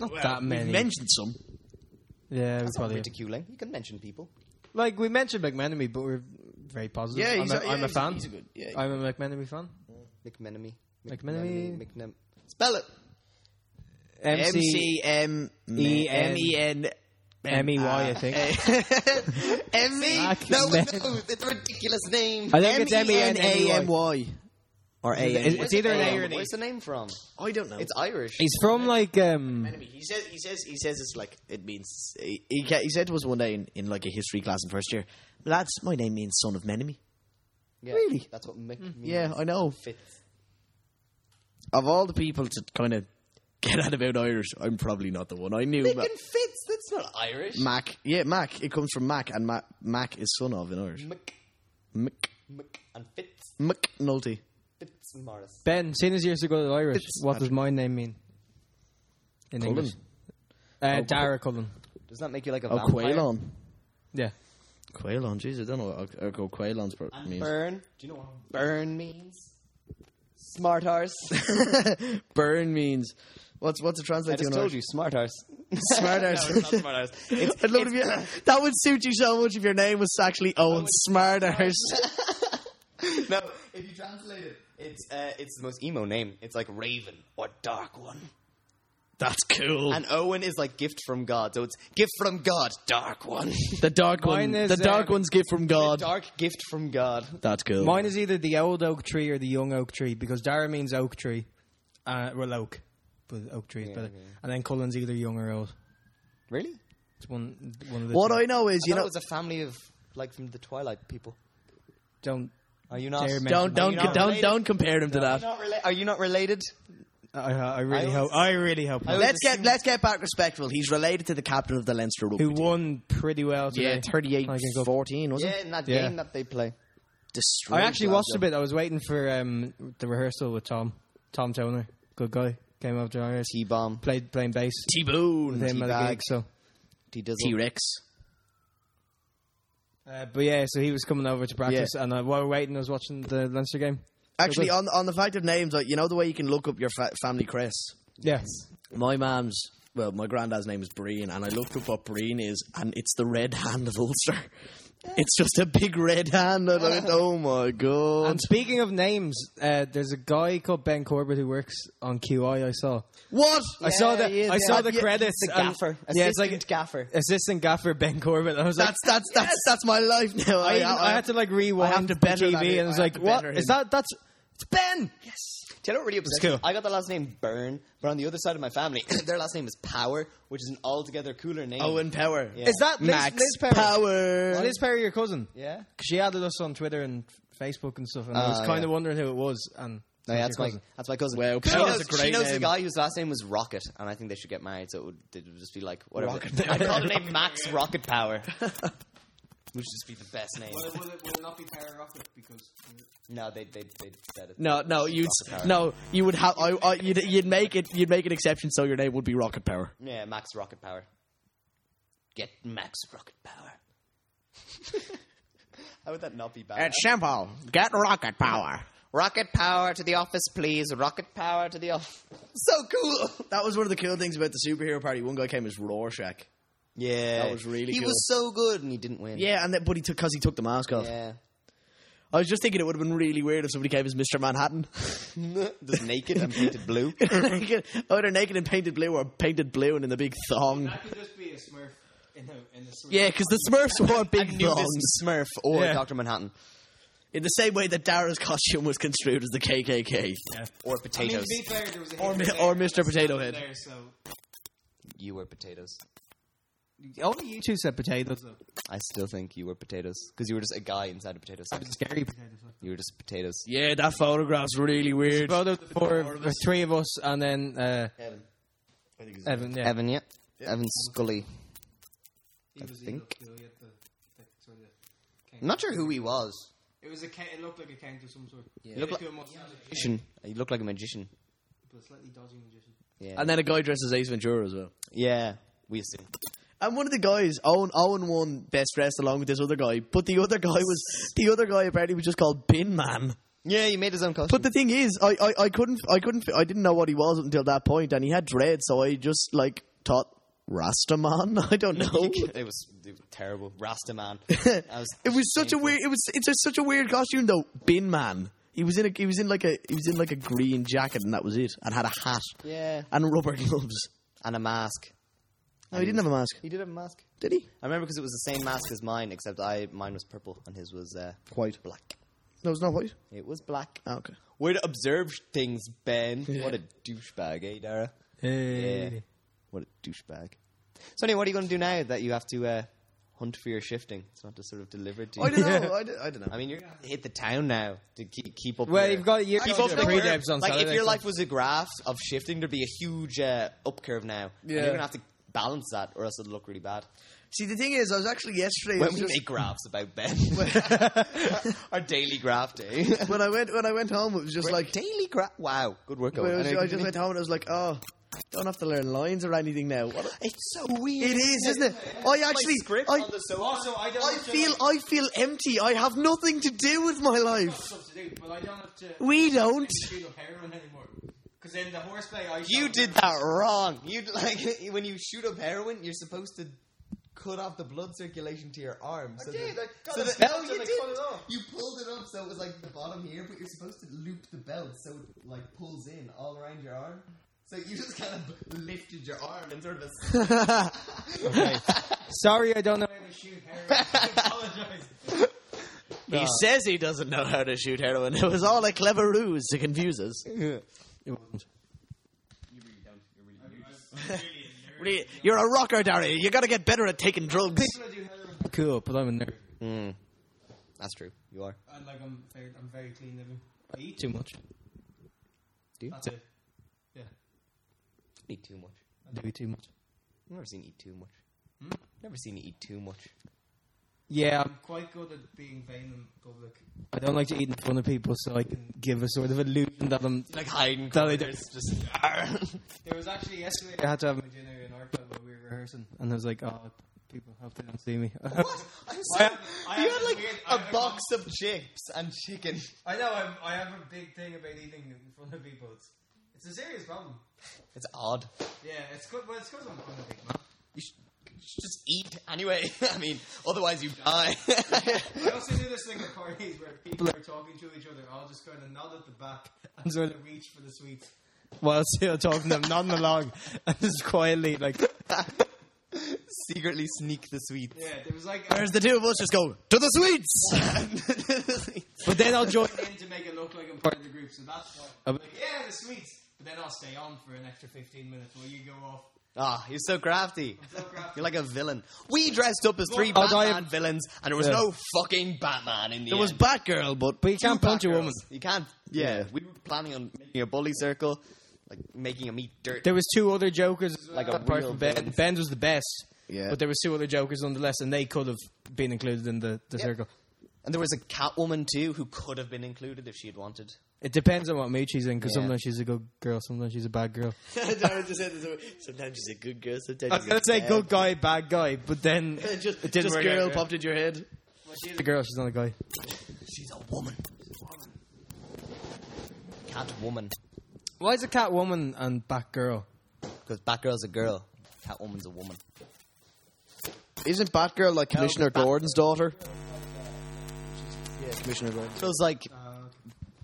Speaker 2: Not that
Speaker 1: We've
Speaker 2: many.
Speaker 1: mentioned some.
Speaker 2: yeah, we
Speaker 3: It's not
Speaker 2: probably.
Speaker 3: ridiculing. You can mention people.
Speaker 2: Like we mentioned McMenemy, but we're very positive.
Speaker 1: Yeah,
Speaker 2: I'm
Speaker 1: he's
Speaker 2: a,
Speaker 1: a- yeah,
Speaker 2: I'm a
Speaker 1: he's a-
Speaker 2: fan.
Speaker 1: he's a good- yeah.
Speaker 2: I'm a McMenemy fan.
Speaker 3: McMenemy.
Speaker 2: McMenemy.
Speaker 3: McNem. Spell it.
Speaker 1: M C M E N E N *laughs*
Speaker 2: M E Y, I think.
Speaker 1: M E.
Speaker 3: No one
Speaker 2: Mac-
Speaker 3: knows. It's a ridiculous name.
Speaker 2: I think it's M E N A M.
Speaker 1: M-E-N-A-M-Y. Or
Speaker 2: It's
Speaker 1: A-M-Y.
Speaker 2: it's either an A or
Speaker 3: Um,
Speaker 2: an E.
Speaker 3: Where's the name from?
Speaker 1: I don't know.
Speaker 3: It's Irish.
Speaker 2: He's from like um.
Speaker 1: enemy. He says. He says. He says it's like it means. He, he, ca- he said to us one day in, in like a history class in first year, lads, my name means son of enemy.
Speaker 3: Yeah,
Speaker 1: Really?
Speaker 3: That's what Mc
Speaker 2: Mm,
Speaker 3: means.
Speaker 1: Yeah, I know.
Speaker 3: Fits.
Speaker 1: Of all the people to kind of get at about Irish, I'm probably not the one. I knew Ma-
Speaker 3: Mick and Fitz. That's not Irish.
Speaker 1: Mac. Yeah, Mac. It comes from Mac, and Ma- Mac is son of in Irish.
Speaker 3: Mc,
Speaker 1: Mac.
Speaker 3: Mc and Fitz.
Speaker 1: Mac Nulty.
Speaker 3: Fitz Morris.
Speaker 2: Ben, seeing as years ago Irish,
Speaker 1: It's-
Speaker 2: what does my name mean in
Speaker 1: Cullen.
Speaker 2: English? Uh, Dara Cullen.
Speaker 3: Does that make you like a
Speaker 1: Oh,
Speaker 3: vampire?
Speaker 1: Quailon.
Speaker 2: Yeah.
Speaker 1: Quailon. Jeez, I don't know. What I'll, I'll go Quailon's pro- means.
Speaker 3: Burn. Do you know what burn means? Smart
Speaker 2: *laughs*
Speaker 3: arse.
Speaker 1: Burn means. *laughs* What's what's the
Speaker 3: I
Speaker 1: translate to
Speaker 3: just
Speaker 1: in
Speaker 3: told
Speaker 1: Irish?
Speaker 3: you, *laughs* smart arse.
Speaker 1: *laughs* Smart arse.
Speaker 3: *laughs*
Speaker 2: *laughs*
Speaker 1: I'd love to be- that would suit you so much if your name was actually Owen Smarters.
Speaker 3: *laughs* no, if you translate it, it's uh, it's the most emo name. It's like Raven or Dark One.
Speaker 1: *laughs* That's cool.
Speaker 3: And Owen is like gift from God, so it's gift from God, dark
Speaker 2: *laughs*
Speaker 3: one.
Speaker 1: the dark
Speaker 2: Mine
Speaker 1: one.
Speaker 2: is,
Speaker 1: the dark
Speaker 2: uh,
Speaker 1: one's gift from God.
Speaker 3: dark gift from God.
Speaker 1: That's cool.
Speaker 2: Mine is either the old oak tree or the young oak tree because Dara means oak tree. Uh, well, oak, but oak tree is better. And then Cullen's either young or old.
Speaker 3: Really?
Speaker 2: It's one, one of the.
Speaker 1: what
Speaker 2: two.
Speaker 1: I know is,
Speaker 3: You
Speaker 1: you
Speaker 3: know, it
Speaker 1: know,
Speaker 3: was a family of like from the Twilight people.
Speaker 2: don't.
Speaker 3: Are you not?
Speaker 2: Dare me.
Speaker 1: don't don't
Speaker 3: Are you not
Speaker 1: don't
Speaker 3: related?
Speaker 1: don't compare him to that.
Speaker 3: Not rela- are you not related?
Speaker 2: I, I really
Speaker 3: I
Speaker 2: hope.
Speaker 3: was-
Speaker 2: I really hope. not.
Speaker 1: Let's get let's get back respectful. He's related to the captain of the Leinster rugby.
Speaker 2: who
Speaker 1: team.
Speaker 2: won pretty well today.
Speaker 1: Yeah, 38
Speaker 2: I can go-
Speaker 1: 14, was
Speaker 3: Yeah,
Speaker 1: it?
Speaker 3: in that
Speaker 2: Yeah.
Speaker 3: game that they play.
Speaker 1: Destroyed
Speaker 2: I actually
Speaker 1: that
Speaker 2: watched a
Speaker 1: one.
Speaker 2: bit. I was waiting for um, the rehearsal with Tom. Tom Toner, good guy, came over to Irish.
Speaker 3: T bomb,
Speaker 2: played playing bass.
Speaker 1: T-Bone.
Speaker 2: With him at the
Speaker 3: Teabag.
Speaker 2: gig, so.
Speaker 3: T dizzle.
Speaker 1: T-Rex.
Speaker 2: Uh, but yeah, so he was coming over to practice, and I, while we were waiting, I was watching the Leinster game.
Speaker 1: Actually,
Speaker 2: good.
Speaker 1: on, on the fact of names, like, you know the way you can look up your fa- family crest?
Speaker 2: Yes.
Speaker 1: My mom's, well, my granddad's name is Breen, and I looked up what Breen is, and it's the red hand of Ulster. It's just a big red hand. And I went, oh my god.
Speaker 2: And speaking of names, uh, there's a guy called Ben Corbett who works on QI. I saw.
Speaker 1: What?
Speaker 2: I saw the
Speaker 3: he is,
Speaker 2: I
Speaker 3: yeah.
Speaker 2: saw the
Speaker 1: Yeah,
Speaker 2: credits.
Speaker 3: The
Speaker 2: and-
Speaker 3: gaffer,
Speaker 2: yeah, it's like
Speaker 3: assistant gaffer.
Speaker 2: assistant gaffer Ben Corbett. I was like,
Speaker 1: That's that's that's that's my life now.
Speaker 2: I, even- I had to like rewind
Speaker 1: I have to
Speaker 2: the
Speaker 1: better
Speaker 2: TV,
Speaker 1: that-
Speaker 2: and I
Speaker 1: I
Speaker 2: was
Speaker 1: have
Speaker 2: like,
Speaker 1: to
Speaker 2: what
Speaker 1: better
Speaker 2: is
Speaker 1: him.
Speaker 2: that? That's it's Ben.
Speaker 3: Do you know what really upsets me?
Speaker 2: cool.
Speaker 3: I got the last name Byrne, but on the other side of my family, *coughs* their last name is Power, which is an altogether cooler name.
Speaker 1: Owen Power.
Speaker 3: Yeah.
Speaker 2: Is that Liz,
Speaker 1: Max
Speaker 2: Liz Perry?
Speaker 1: Power.
Speaker 2: Liz Perry, your cousin?
Speaker 3: Yeah.
Speaker 2: She added us on Twitter and Facebook and stuff, and I was
Speaker 3: Ah,
Speaker 2: kind of
Speaker 3: yeah.
Speaker 2: wondering who it was. And
Speaker 3: No, yeah, that's my
Speaker 2: cousin.
Speaker 3: that's my cousin.
Speaker 1: Wow,
Speaker 3: she
Speaker 1: Power's
Speaker 3: knows,
Speaker 1: a great
Speaker 3: she knows the
Speaker 1: name.
Speaker 3: guy whose last name was Rocket, and I think they should get married. So it would, it would just be like whatever.
Speaker 1: Rocket
Speaker 3: I
Speaker 1: Power.
Speaker 3: called her name Max Rocket
Speaker 1: *laughs*
Speaker 3: Power, which would just be the best name.
Speaker 4: Well, will it, will it not be Power Rocket? Because
Speaker 3: No, they they they said it.
Speaker 1: No, no, you'd
Speaker 3: Rocket Power.
Speaker 1: no, you would have. I, I, you'd, you'd make it. You'd make an exception, so your name would be Rocket Power.
Speaker 3: Yeah, Max Rocket Power. Get Max Rocket Power. *laughs* How would that not be bad?
Speaker 5: simple. Get rocket power.
Speaker 3: Rocket Power to the office, please. Rocket Power to the office. *laughs* So cool.
Speaker 1: That was one of the cool things about the superhero party. One guy came as Rorschach.
Speaker 3: Yeah,
Speaker 1: That was really
Speaker 3: He
Speaker 1: cool.
Speaker 3: was so good, and he didn't win.
Speaker 1: Yeah, and that, but he took because he took the mask off.
Speaker 3: Yeah.
Speaker 1: I was just thinking it would have been really weird if somebody came as Mister Manhattan, *laughs*
Speaker 3: *laughs* Just naked and painted *laughs* blue.
Speaker 1: either naked and painted blue or painted blue and in the big thong.
Speaker 4: that could just be a Smurf in the in the Smurf.
Speaker 1: Yeah, because the Smurfs *laughs* wore
Speaker 3: I
Speaker 1: big
Speaker 3: knew
Speaker 1: thongs.
Speaker 3: this Smurf or
Speaker 2: Yeah.
Speaker 3: Doctor Manhattan
Speaker 1: In the same way that Dara's costume was construed as the KKK.
Speaker 3: or
Speaker 4: I mean, to
Speaker 3: potatoes.
Speaker 4: be fair, there was a Hitler
Speaker 1: Or mi-
Speaker 4: there,
Speaker 1: or
Speaker 4: and
Speaker 1: Mr. Potato
Speaker 4: Stalin
Speaker 1: Head.
Speaker 4: There, so
Speaker 3: you were potatoes.
Speaker 2: Only you two said potatoes. Though.
Speaker 3: I still think you were potatoes because you were just a guy inside a potato. sack.
Speaker 2: Scary potatoes.
Speaker 3: You were just potatoes.
Speaker 1: Yeah, that photograph's really weird.
Speaker 2: Well, there were four, or three of us, and then uh,
Speaker 1: Evan. I think it's
Speaker 2: Evan. Yeah.
Speaker 3: Evan, yeah. Evan Scully.
Speaker 4: he was
Speaker 3: think.
Speaker 4: He looked, he had the, the sort of
Speaker 3: I'm not sure who he was.
Speaker 4: It was a ca- it looked like a count of some sort. Yeah.
Speaker 3: Looked like- Magician. He looked like a magician.
Speaker 4: but a slightly dodgy magician.
Speaker 3: Yeah.
Speaker 1: And then a guy dressed as Ace Ventura as well.
Speaker 3: yeah. We assume.
Speaker 1: And one of the guys, Owen, Owen won best dressed along with this other guy. But the other guy was the other guy apparently was just called Bin Man.
Speaker 3: Yeah, he made his own costume.
Speaker 1: But the thing is, I, I, I couldn't I couldn't I didn't know what he was until that point, and he had dread, so I just like thought Rastaman. *laughs* I don't
Speaker 3: *laughs*
Speaker 1: know.
Speaker 3: it was, it was terrible.
Speaker 2: *laughs*
Speaker 3: Rastaman. I was-
Speaker 1: It was such a weird. It was. It's just such a weird costume, though. Bin man. He was in a. He was in like a. He was in like a green jacket, and that was it. And had a hat.
Speaker 3: Yeah.
Speaker 1: And rubber gloves.
Speaker 3: And a mask.
Speaker 1: No, he didn't have a mask.
Speaker 3: He did have a mask.
Speaker 1: Did he?
Speaker 3: I remember because it was the same mask as mine, except I mine was purple and his was uh,
Speaker 1: White.
Speaker 3: black.
Speaker 1: No, it's not white.
Speaker 3: It was black.
Speaker 1: Oh, okay.
Speaker 3: We'd observed things, Ben. What a douchebag, eh, Dara?
Speaker 2: Hey.
Speaker 3: Yeah. What a douchebag. So anyway, what are you going to do now that you have to uh, hunt for your shifting? It's not just sort of delivered to you.
Speaker 1: I don't
Speaker 3: *laughs*
Speaker 1: know. I, don't, I don't know.
Speaker 3: I mean, you're going to hit the town now to keep, keep up.
Speaker 2: Well,
Speaker 3: your-
Speaker 2: you've got you
Speaker 3: Keep
Speaker 2: got
Speaker 3: up the
Speaker 2: your
Speaker 3: curve.
Speaker 2: pre-debs on
Speaker 3: like
Speaker 2: Saturday.
Speaker 3: if your life was a graph of shifting, there'd be a huge uh, up curve now. And
Speaker 1: Yeah.
Speaker 3: you're gonna have to balance that, or else it'll look really bad.
Speaker 1: See, the thing is, I was actually yesterday. I
Speaker 3: When
Speaker 1: was
Speaker 3: we
Speaker 1: just-
Speaker 3: make graphs
Speaker 1: *laughs*
Speaker 3: about Ben, *laughs* our daily graph day.
Speaker 1: when I went when I went home, it was just like.
Speaker 3: daily graph. Wow, good work.
Speaker 1: when I,
Speaker 3: Owen.
Speaker 1: was-
Speaker 3: I know
Speaker 1: I
Speaker 3: you
Speaker 1: just went home and I was like, oh, don't have to learn lines or anything now. What a-
Speaker 3: It's so weird.
Speaker 1: it is, isn't it? I actually.
Speaker 3: script
Speaker 1: I,
Speaker 3: on the sofa.
Speaker 4: Also, I don't.
Speaker 1: I
Speaker 4: have to,
Speaker 1: feel
Speaker 4: Like,
Speaker 1: I feel empty. I have nothing to do with my life.
Speaker 4: stuff to do, but I don't have to.
Speaker 1: We don't.
Speaker 4: shoot up heroin anymore. Because in the horseplay, I
Speaker 3: You
Speaker 4: shot-
Speaker 3: did that wrong. You like *laughs* when you shoot up heroin, you're supposed to cut off the blood circulation to your arm. I so
Speaker 4: did,
Speaker 3: that-
Speaker 4: I got
Speaker 3: so
Speaker 4: a
Speaker 3: that-
Speaker 4: belt
Speaker 3: no,
Speaker 4: and
Speaker 3: you
Speaker 4: I
Speaker 3: did.
Speaker 4: cut it off.
Speaker 3: You pulled it up so it was like the bottom here, but you're supposed to loop the belt so it like pulls in all around your arm.
Speaker 6: So
Speaker 3: *laughs*
Speaker 6: you just kind of lifted your arm and sort of
Speaker 4: *laughs*
Speaker 6: a
Speaker 2: Sorry, I don't know.
Speaker 1: He says he doesn't know how to shoot heroin. It was all a clever ruse to confuse us. *laughs* Re- You're a rocker, Daria. You got to get better at taking drugs.
Speaker 2: Cool, but I'm a nerd.
Speaker 3: Hmm. That's true. You are.
Speaker 4: I'm like I'm very, I'm very clean living.
Speaker 2: I eat too much.
Speaker 4: That's it.
Speaker 3: Eat too much.
Speaker 2: I do eat too much.
Speaker 3: I've never seen you eat too much. Never seen you eat too much.
Speaker 2: Yeah,
Speaker 4: I'm quite good at being vain in public.
Speaker 2: I don't like to eat in front of people, so I can give a sort of illusion that I'm
Speaker 3: Like *laughs* hiding.
Speaker 2: that I don't.
Speaker 4: *laughs* There was actually yesterday
Speaker 2: I had to have
Speaker 4: my dinner in our club when we were rehearsing.
Speaker 2: And I was like, oh, people hope they don't
Speaker 4: *laughs*
Speaker 2: see me.
Speaker 3: I'm
Speaker 4: I,
Speaker 3: sorry.
Speaker 4: I
Speaker 3: You
Speaker 4: have
Speaker 3: had
Speaker 4: this
Speaker 3: like
Speaker 4: weird- I have
Speaker 3: a box of chips and chicken.
Speaker 4: I know. I'm, I have a big thing about eating in front of people. It's, it's a serious problem.
Speaker 3: It's odd.
Speaker 4: Yeah, it's good. Well, it's because I'm kind of a big man.
Speaker 3: You should, you should just eat anyway. *laughs* I mean, otherwise you die. *laughs*
Speaker 4: I also do this thing at parties where people are talking to each other. I'll just kind of nod at the back and sort of reach for the sweets.
Speaker 2: While still talking to them, nodding along, *laughs* and just quietly, like,
Speaker 3: Secretly sneak the sweets.
Speaker 4: Yeah, there was like
Speaker 1: Whereas the two of us just go to the sweets.
Speaker 2: but then I'll join.
Speaker 4: *laughs* in to make it look like I'm part of the group, so that's why. I'm like, yeah, the sweets. But then I'll stay on for an extra 15 minutes while you go off.
Speaker 3: *laughs* Ah, you're so crafty.
Speaker 4: So crap.
Speaker 3: You're like a villain. We dressed up as three
Speaker 2: I'll die
Speaker 3: Batman villains, and there was
Speaker 2: Yeah.
Speaker 3: no fucking Batman in the
Speaker 1: It was
Speaker 3: end.
Speaker 1: Batgirl, but
Speaker 2: But you can't punch a woman.
Speaker 3: You can't. Yeah, we were planning on making a bully circle, like making him eat dirt.
Speaker 2: There was two other jokers
Speaker 3: Like a
Speaker 2: apart
Speaker 3: real
Speaker 2: from Ben.
Speaker 3: villain.
Speaker 2: Ben was the best.
Speaker 3: Yeah.
Speaker 2: But there was two other jokers nonetheless, and they could have been included in the, the circle.
Speaker 3: And there was a Catwoman too who could have been included if she had wanted.
Speaker 2: It depends on what mood she's in, because
Speaker 3: Yeah.
Speaker 2: sometimes she's a good girl, sometimes she's a bad girl.
Speaker 1: sometimes she's a good girl. Sometimes
Speaker 2: I was going to say good guy, bad guy, but then
Speaker 1: Just,
Speaker 2: *laughs* it didn't
Speaker 1: just
Speaker 2: work
Speaker 1: girl
Speaker 2: out.
Speaker 1: popped into your head.
Speaker 2: She's a girl, she's not a guy.
Speaker 3: She's a woman. Catwoman.
Speaker 2: Why is a cat woman and bat girl?
Speaker 3: Because Batgirl's a girl. Catwoman's a woman.
Speaker 1: Isn't Batgirl like Commissioner Gordon's daughter?
Speaker 3: Feels like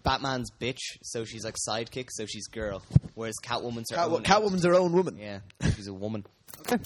Speaker 3: Batman's bitch, so she's like sidekick, so she's girl. Whereas Catwoman's her own.
Speaker 1: Catwoman's her own woman.
Speaker 3: Yeah, she's a woman. Yeah,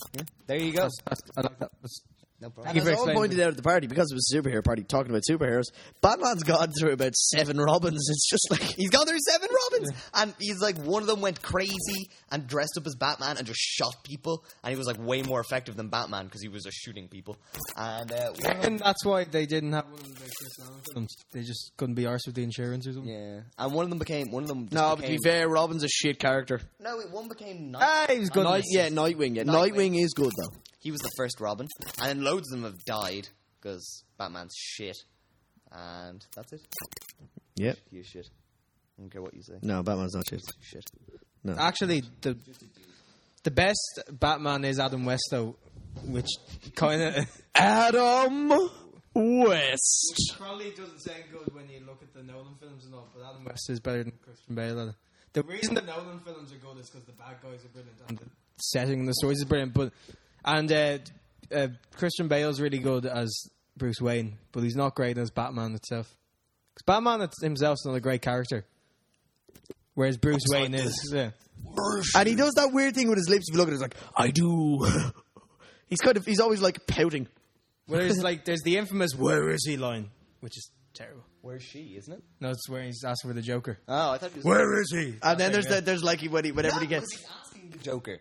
Speaker 3: There you go.
Speaker 2: I like that. That's-
Speaker 3: No
Speaker 1: And
Speaker 3: problem.
Speaker 2: you
Speaker 1: as
Speaker 2: for
Speaker 1: Owen
Speaker 2: explaining
Speaker 1: pointed out at the party, because it was a superhero party talking about superheroes, Batman's gone through about seven Robins. It's just like
Speaker 3: He's gone through seven Robins, and he's like one of them went crazy and dressed up as Batman and just shot people, and he was like way more effective than Batman because he was just shooting people. And uh, one
Speaker 2: *laughs*
Speaker 3: of them-
Speaker 2: And that's why they didn't have one of the Chris Allen films. They just couldn't be arsed with the insurance or something.
Speaker 3: yeah, and one of them became one of them.
Speaker 1: *laughs*
Speaker 3: just
Speaker 1: No, but to
Speaker 3: became,
Speaker 1: be fair, Robin's a shit character.
Speaker 3: no, wait, one became Night.
Speaker 2: Ah, he was good. in
Speaker 1: Night,
Speaker 2: this.
Speaker 1: yeah, Nightwing. Yeah. Nightwing.
Speaker 3: Nightwing.
Speaker 1: is good though.
Speaker 3: He was the first Robin, and then loads of them have died because Batman's shit, and that's it.
Speaker 1: Yeah.
Speaker 3: You shit. I don't care what you say.
Speaker 1: No, Batman's not shit.
Speaker 3: Shit.
Speaker 2: Actually, the the best Batman is Adam West, though, which kind of
Speaker 1: Adam West.
Speaker 4: Probably doesn't sound good when you look at the Nolan films and all, but Adam West.
Speaker 2: West is better than Christian Bale. and
Speaker 4: The
Speaker 2: The
Speaker 4: reason
Speaker 2: reason
Speaker 4: the
Speaker 2: that
Speaker 4: Nolan films are good is because the bad guys are brilliant. And the,
Speaker 2: setting and the stories is brilliant, but and uh, uh, Christian Bale's really good as Bruce Wayne, but he's not great as Batman itself. 'Cause Batman it's- himself's not a great character, whereas Bruce Wayne is. Yeah.
Speaker 1: And he does that weird thing with his lips. If you look at it, it's like I do. *laughs* he's kind of. He's always like pouting.
Speaker 2: Well, there's like there's the infamous "Where is he?" line, which is terrible.
Speaker 3: Where's she? Isn't it?
Speaker 2: No, it's where he's asked for the Joker.
Speaker 3: Oh, I thought he was
Speaker 2: Where is he?
Speaker 1: And then there's that. There's like when he, whenever he
Speaker 3: That
Speaker 1: gets.
Speaker 3: Ah, was asking the Joker.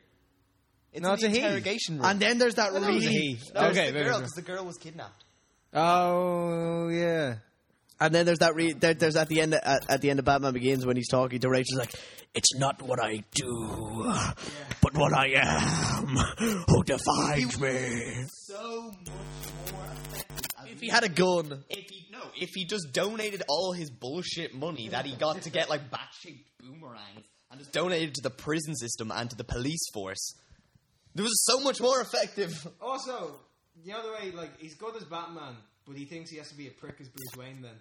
Speaker 3: It's
Speaker 2: No,
Speaker 3: in
Speaker 2: it's
Speaker 3: the
Speaker 2: a he.
Speaker 3: interrogation room.
Speaker 1: And then there's that
Speaker 2: that was a
Speaker 1: really.
Speaker 2: he.
Speaker 3: No, it's
Speaker 2: okay,
Speaker 3: the
Speaker 2: very
Speaker 3: girl
Speaker 2: good.
Speaker 3: because the girl was kidnapped.
Speaker 2: Oh yeah.
Speaker 1: And then there's that. Re- there, there's at the end. At, at the end of Batman Begins when he's talking to Rachel, he's like, "It's not what I do, but what I am who defines me."
Speaker 3: So much more.
Speaker 1: If he had a gun,
Speaker 3: If he no, if he just donated all his bullshit money that he got to get like bat-shaped boomerangs and just donated to the prison system and to the police force, there was so much more effective.
Speaker 4: also, the other way, like he's good as Batman, but he thinks he has to be a prick as Bruce Wayne. Then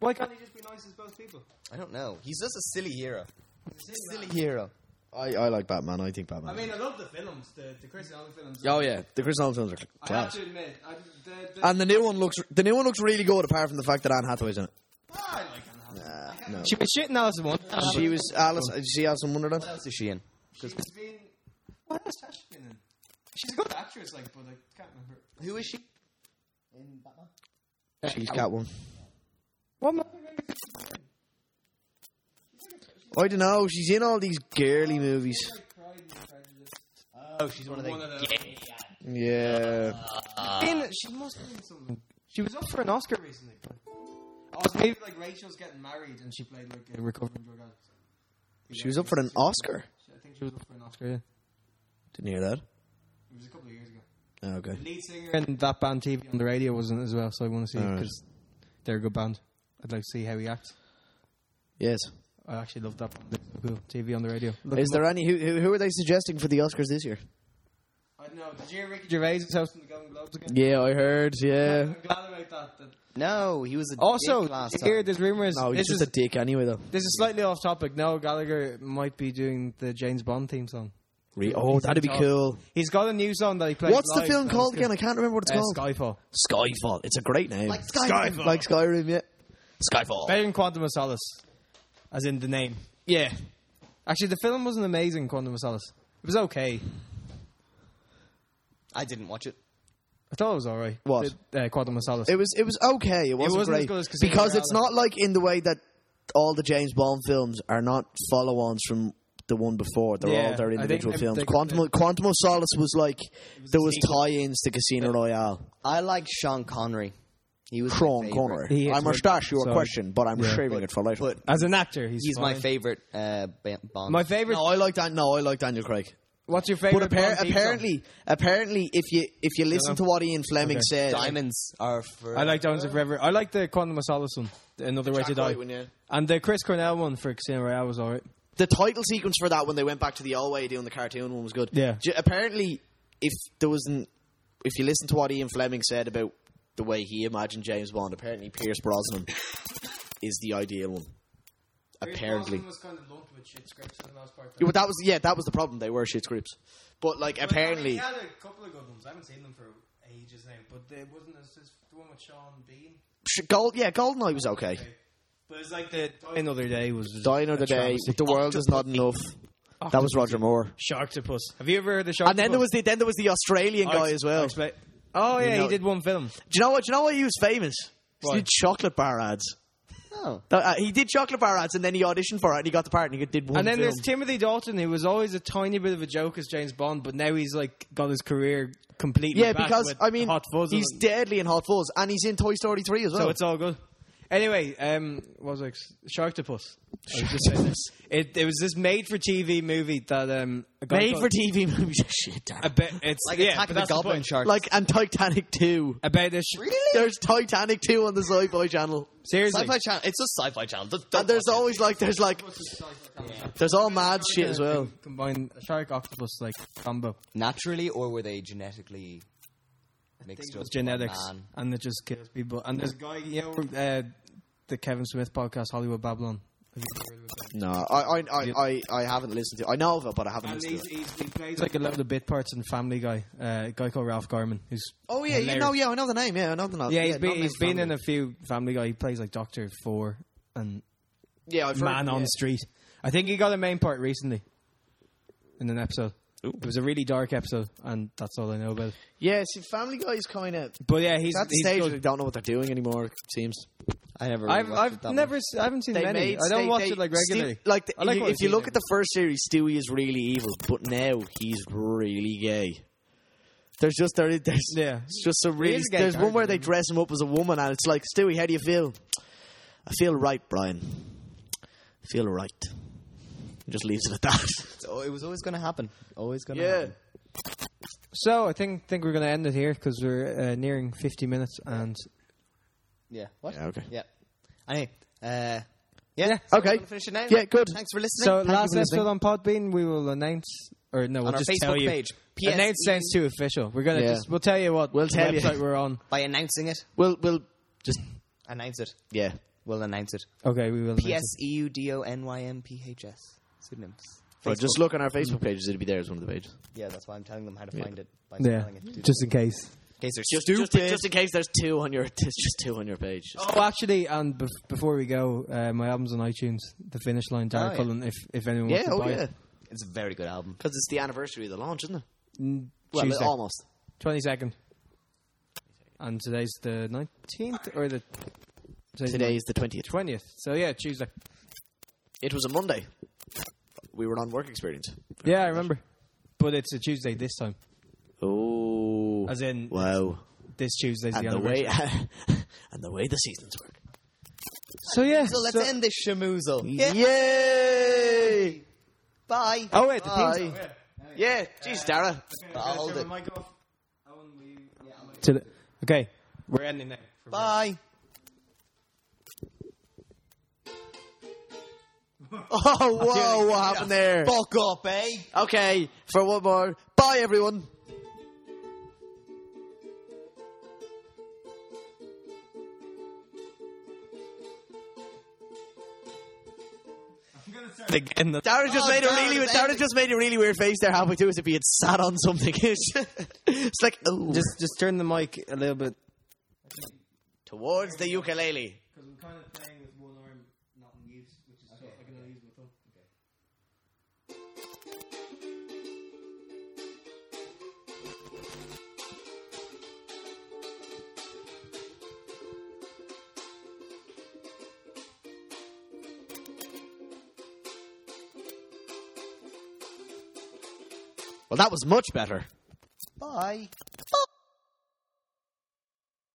Speaker 2: Why
Speaker 4: can't
Speaker 2: can't
Speaker 4: he just be nice as both people?
Speaker 3: I don't know. He's just a silly hero.
Speaker 4: He's a
Speaker 3: Silly
Speaker 4: silly
Speaker 3: hero.
Speaker 1: I, I like Batman. I think Batman.
Speaker 4: I mean, I love the films, the the Chris Nolan films.
Speaker 1: oh yeah, the Chris Nolan films are
Speaker 4: I have
Speaker 1: class.
Speaker 4: to admit, I, the, the,
Speaker 1: And the new one looks the new one looks really good, apart from the fact that Anne Hathaway's in it.
Speaker 4: Ah, I like Anne Hathaway.
Speaker 1: no.
Speaker 2: She was shitting Alice one.
Speaker 1: She was Alice. Did you see Alice in Wonderland?
Speaker 3: What else is she in?
Speaker 2: She's been. What else has she been in? She's a good actress, like, but I can't remember.
Speaker 3: Who is she?
Speaker 1: She's got one.
Speaker 2: What am I
Speaker 1: I don't know. She's in all these girly movies.
Speaker 4: Pride and Prejudice.
Speaker 3: Oh, she's one of the.
Speaker 4: One of those.
Speaker 1: Yeah.
Speaker 2: in? She must have been in something. She was up for an Oscar recently. Oh, so maybe like Rachel's getting married and she played like a recovering drug addict.
Speaker 1: She was up for an Oscar.
Speaker 2: I think she was up for an Oscar. Yeah.
Speaker 1: Didn't hear that.
Speaker 2: It was a couple of years ago.
Speaker 1: Oh, okay.
Speaker 2: lead singer and that band TV on the radio wasn't as well, so I want to see
Speaker 1: Alright.
Speaker 2: because they're a good band. I'd like to see how he acts.
Speaker 1: Yes.
Speaker 2: I actually love that band. They're so Cool. TV on the radio. Look
Speaker 1: Is
Speaker 2: them
Speaker 1: there any? Who, who who are they suggesting for the Oscars this year?
Speaker 2: up. I don't know. Did you hear Ricky Gervais is hosting the Golden Globes again?
Speaker 1: Yeah, I heard. Yeah.
Speaker 2: I'm glad about that. that
Speaker 3: No, he was a
Speaker 2: also,
Speaker 3: dick last
Speaker 2: did you hear
Speaker 3: time.
Speaker 2: there's rumors.
Speaker 1: No, Oh, he's
Speaker 2: this,
Speaker 1: just
Speaker 2: is,
Speaker 1: a dick anyway, though.
Speaker 2: this is slightly off topic. Noel Gallagher might be doing the James Bond theme song.
Speaker 1: Re- oh,
Speaker 2: He's
Speaker 1: that'd
Speaker 2: in
Speaker 1: be
Speaker 2: top.
Speaker 1: cool.
Speaker 2: He's got a new song that he plays.
Speaker 1: What's the
Speaker 2: live
Speaker 1: film
Speaker 2: that
Speaker 1: called
Speaker 2: is
Speaker 1: again? I
Speaker 2: good.
Speaker 1: can't remember what it's called.
Speaker 2: Uh, Skyfall.
Speaker 1: Skyfall. It's a great name. Like
Speaker 3: Skyfall.
Speaker 1: Like Skyrim, yeah. Skyfall.
Speaker 2: Better than Quantum of Solace, as in the name.
Speaker 1: Yeah.
Speaker 2: Actually, the film wasn't amazing. Quantum of Solace. It was okay.
Speaker 3: I didn't watch it.
Speaker 2: I thought it was alright.
Speaker 1: What?
Speaker 2: The, uh, Quantum of Solace.
Speaker 1: It was it was okay. It wasn't,
Speaker 2: wasn't as
Speaker 1: great
Speaker 2: good as Casino
Speaker 1: because it's
Speaker 2: Royale.
Speaker 1: not like in the way that all the James Bond films are not follow-ons from the one before. They're
Speaker 2: Yeah,
Speaker 1: all their
Speaker 2: I think
Speaker 1: individual
Speaker 2: they-
Speaker 1: films.
Speaker 2: they-
Speaker 1: Quantum Quantum of Solace was like there was
Speaker 3: sequel.
Speaker 1: tie-ins to Casino Royale.
Speaker 3: I like Sean Connery. He was my
Speaker 1: Sean
Speaker 3: favorite.
Speaker 1: Connery.
Speaker 2: He is
Speaker 1: I must
Speaker 2: very-
Speaker 1: ask you a
Speaker 2: sorry.
Speaker 1: question, but I'm
Speaker 2: Yeah.
Speaker 1: shaving it for later.
Speaker 3: But
Speaker 2: As an actor, he's
Speaker 3: he's my
Speaker 2: fine.
Speaker 3: favorite uh, ba- Bond.
Speaker 2: My favorite.
Speaker 1: no, I like that. No, I like Daniel Craig.
Speaker 2: What's your
Speaker 1: But
Speaker 2: favorite?
Speaker 1: appar-
Speaker 2: Bond theme
Speaker 1: apparently, apparently, if you if you listen to what Ian Fleming
Speaker 2: Okay.
Speaker 1: said,
Speaker 3: diamonds Oh. are for.
Speaker 2: song? I like Diamonds of Forever. I like the Quantum of Solace one. Another Way to Die. And the Chris Cornell one for Casino Royale was alright.
Speaker 1: the title sequence for that when they went back to the old way of doing the cartoon one was good.
Speaker 2: Yeah.
Speaker 1: J- apparently, if there wasn't, if you listen to what Ian Fleming said about the way he imagined James Bond, apparently Pierce Brosnan is the ideal one. Apparently,
Speaker 4: Boston was kind of lumped with shit scripts for the most part.
Speaker 1: Yeah, but that was yeah, that was the problem. They were shit scripts, but like apparently,
Speaker 4: He had a couple of good ones. I haven't seen them for ages now, but there wasn't as this the one with Sean Bean.
Speaker 1: Sh- Gold yeah, Goldeneye was okay.
Speaker 4: But it's like the
Speaker 2: Another Day was
Speaker 1: Dino the day,
Speaker 2: Atrocity.
Speaker 1: the world is not enough.
Speaker 2: Oh,
Speaker 1: That was Roger Moore,
Speaker 2: Sharktopus. Have you ever heard of Sharktopus?
Speaker 1: and then there was the then there was the Australian
Speaker 2: I'll
Speaker 1: guy
Speaker 2: ex-
Speaker 1: as well.
Speaker 2: I'll
Speaker 1: Do
Speaker 2: explain- Oh yeah,
Speaker 1: know-
Speaker 2: he did one film.
Speaker 1: you know what? Do you know why he was famous? 'Cause He
Speaker 2: Why?
Speaker 1: did chocolate bar ads.
Speaker 3: Oh.
Speaker 1: No, uh, he did chocolate bar ads, and then he auditioned for it, and he got the part, and he did one.
Speaker 2: And then
Speaker 1: film.
Speaker 2: there's Timothy Dalton, who was always a tiny bit of a joke as James Bond, but now he's like got his career completely.
Speaker 1: yeah,
Speaker 2: back
Speaker 1: because
Speaker 2: with
Speaker 1: I mean,
Speaker 2: Hot Fuzz
Speaker 1: he's
Speaker 2: and-
Speaker 1: deadly in Hot Fuzz, and he's in Toy Story three as well.
Speaker 2: So it's all good. Anyway, um, what was it? Sharktopus. I was just saying this. It, it was this made-for-TV movie that um, a guy
Speaker 1: made
Speaker 2: called-
Speaker 1: for TV movies. *laughs* Shit, damn.
Speaker 2: A bit, it's
Speaker 3: Like
Speaker 2: yeah,
Speaker 3: Attack
Speaker 2: but
Speaker 3: of the
Speaker 2: that's the
Speaker 3: Goblin
Speaker 2: point.
Speaker 3: Sharks.
Speaker 1: like and Titanic two.
Speaker 2: about this.
Speaker 1: There's Titanic two on the Sci-Fi Channel,
Speaker 2: Seriously,
Speaker 3: Sci-Fi channel. It's a sci-fi channel. Don't- don't
Speaker 1: and Uh, there's
Speaker 3: watch it.
Speaker 1: always like there's like there's all mad shit as well.
Speaker 2: Combine a shark octopus like combo
Speaker 3: naturally, or were they genetically mixed up?
Speaker 2: genetics,
Speaker 3: Man.
Speaker 2: and it just kills people. And this guy, you know, uh, the Kevin Smith podcast, Hollywood Babylon. Have you heard of it?
Speaker 1: No, I I, I, I I haven't listened to. it. I know of it, but I haven't
Speaker 2: And
Speaker 1: listened
Speaker 2: he's,
Speaker 1: to it.
Speaker 2: he's, he plays like a load of bit parts in Family Guy. Uh, a guy called Ralph Garman. Who's
Speaker 1: Oh yeah, you
Speaker 2: hilarious.
Speaker 1: know, yeah, I know the name. Yeah, I know the name.
Speaker 2: yeah, he's been
Speaker 1: not
Speaker 2: he's
Speaker 1: Made
Speaker 2: been in
Speaker 1: Family.
Speaker 2: a few Family Guy. He plays like Doctor Four and
Speaker 1: yeah, I've heard-
Speaker 2: Man on
Speaker 1: yeah.
Speaker 2: Street. I think he got a main part recently in an episode. It was a really dark episode, and that's all I know about. it.
Speaker 1: Yeah, see, Family Guy's kind of
Speaker 2: But yeah, he's,
Speaker 1: at the
Speaker 2: he's
Speaker 1: stage. where
Speaker 2: good.
Speaker 1: They don't know what they're doing anymore. It seems.
Speaker 3: I never. Really
Speaker 2: I've
Speaker 3: watched it
Speaker 2: I've
Speaker 3: that
Speaker 2: never
Speaker 3: much.
Speaker 2: se- I haven't seen
Speaker 1: They
Speaker 2: many.
Speaker 1: made-
Speaker 2: I don't
Speaker 1: they-
Speaker 2: watch
Speaker 1: they-
Speaker 2: it like
Speaker 1: Stu-
Speaker 2: regularly.
Speaker 1: like the-
Speaker 2: I like
Speaker 1: you-
Speaker 2: what I
Speaker 1: if you
Speaker 2: see
Speaker 1: look
Speaker 2: now.
Speaker 1: at the first series, Stewie is really evil, but now he's really gay. There's just there, there's
Speaker 2: Yeah.
Speaker 1: it's just some
Speaker 2: is
Speaker 1: really.
Speaker 2: a gay
Speaker 1: There's one
Speaker 2: character,
Speaker 1: where they
Speaker 2: isn't he?
Speaker 1: dress him up as a woman, and it's like Stewie, how do you feel? I feel right, Brian. I feel right. It just leaves it at that.
Speaker 3: So Oh, it was always going to happen. Always going
Speaker 1: *laughs*
Speaker 3: to
Speaker 1: yeah.
Speaker 3: happen.
Speaker 2: So I think think we're going to end it here because we're uh, nearing fifty minutes, and
Speaker 3: Yeah. What?
Speaker 1: Yeah, okay.
Speaker 3: Yeah. Anyway. Uh,
Speaker 2: yeah.
Speaker 1: Okay.
Speaker 3: wanna finish it now?
Speaker 1: Yeah. Good.
Speaker 3: Thanks for listening.
Speaker 2: So
Speaker 3: Thank you
Speaker 2: last
Speaker 3: for listening.
Speaker 2: episode on Podbean, we will announce or no, we'll
Speaker 3: our
Speaker 2: just
Speaker 3: Facebook
Speaker 2: tell you.
Speaker 3: page. E. PS
Speaker 2: announce sounds too official. We're gonna
Speaker 1: Yeah.
Speaker 2: just we'll tell you what
Speaker 1: We'll tell you.
Speaker 2: website
Speaker 3: *laughs*
Speaker 2: we're on.
Speaker 3: by announcing it.
Speaker 1: We'll we'll just
Speaker 3: Announce it.
Speaker 1: yeah.
Speaker 3: We'll announce it.
Speaker 2: Okay, we will. announce
Speaker 3: P
Speaker 2: it.
Speaker 3: S E U D O N Y M P H S. Pseudonyms.
Speaker 1: But just look on our Facebook pages; it'll be there as one of the pages.
Speaker 3: Yeah, that's why I'm telling them how to find it by
Speaker 2: Yeah,
Speaker 3: spelling it.
Speaker 2: just in case.
Speaker 3: in case they're
Speaker 1: Just,
Speaker 3: stupid.
Speaker 1: just, just in case there's two on your, it's just two on your page.
Speaker 2: Oh, actually, and bef- before we go, uh, my album's on iTunes. The finish line, Darren
Speaker 3: Oh, yeah.
Speaker 2: Cullen. If if anyone
Speaker 1: yeah,
Speaker 2: wants to
Speaker 1: oh
Speaker 2: buy
Speaker 1: yeah.
Speaker 2: it,
Speaker 3: It's a very good album.
Speaker 1: Because it's the anniversary of the launch, isn't it? Well,
Speaker 2: Well, Tuesday.
Speaker 1: almost.
Speaker 2: 22nd. And today's the 19th or the. Today's
Speaker 1: Today is the 20th.
Speaker 2: the 20th. So yeah, Tuesday.
Speaker 1: It was a Monday. We were on work experience.
Speaker 2: Yeah, I remember. But it's a Tuesday this time.
Speaker 1: Oh.
Speaker 2: As in,
Speaker 1: Wow.
Speaker 2: this Tuesday's
Speaker 1: And
Speaker 2: the
Speaker 1: the
Speaker 2: anniversary.
Speaker 1: way and the way *laughs* the seasons work.
Speaker 2: So yeah.
Speaker 3: So let's
Speaker 2: so-
Speaker 3: end this shamoozle.
Speaker 1: Yay!
Speaker 3: Bye.
Speaker 2: Oh wait, the
Speaker 1: Bye.
Speaker 2: theme song.
Speaker 1: Yeah, jeez, Dara.
Speaker 3: I'll hold it.
Speaker 2: To the- okay, we're ending now.
Speaker 3: Bye.
Speaker 1: *laughs* Oh, whoa, what happened there?
Speaker 3: Fuck up, eh?
Speaker 1: Okay, for one more. Bye, everyone.
Speaker 2: Again, the-
Speaker 1: Dara just
Speaker 3: Oh,
Speaker 1: made a
Speaker 3: Dara,
Speaker 1: really
Speaker 3: it's
Speaker 1: Dara
Speaker 3: ending.
Speaker 1: just made a really weird face there halfway through, as if he had sat on something. *laughs* it's like oh,
Speaker 2: just just turn the mic a little bit.
Speaker 1: towards the ukulele.
Speaker 4: Because I'm kind of playing with one arm not in use, which is tough. I can only use my thumb.
Speaker 1: Well, that was much better.
Speaker 3: Bye.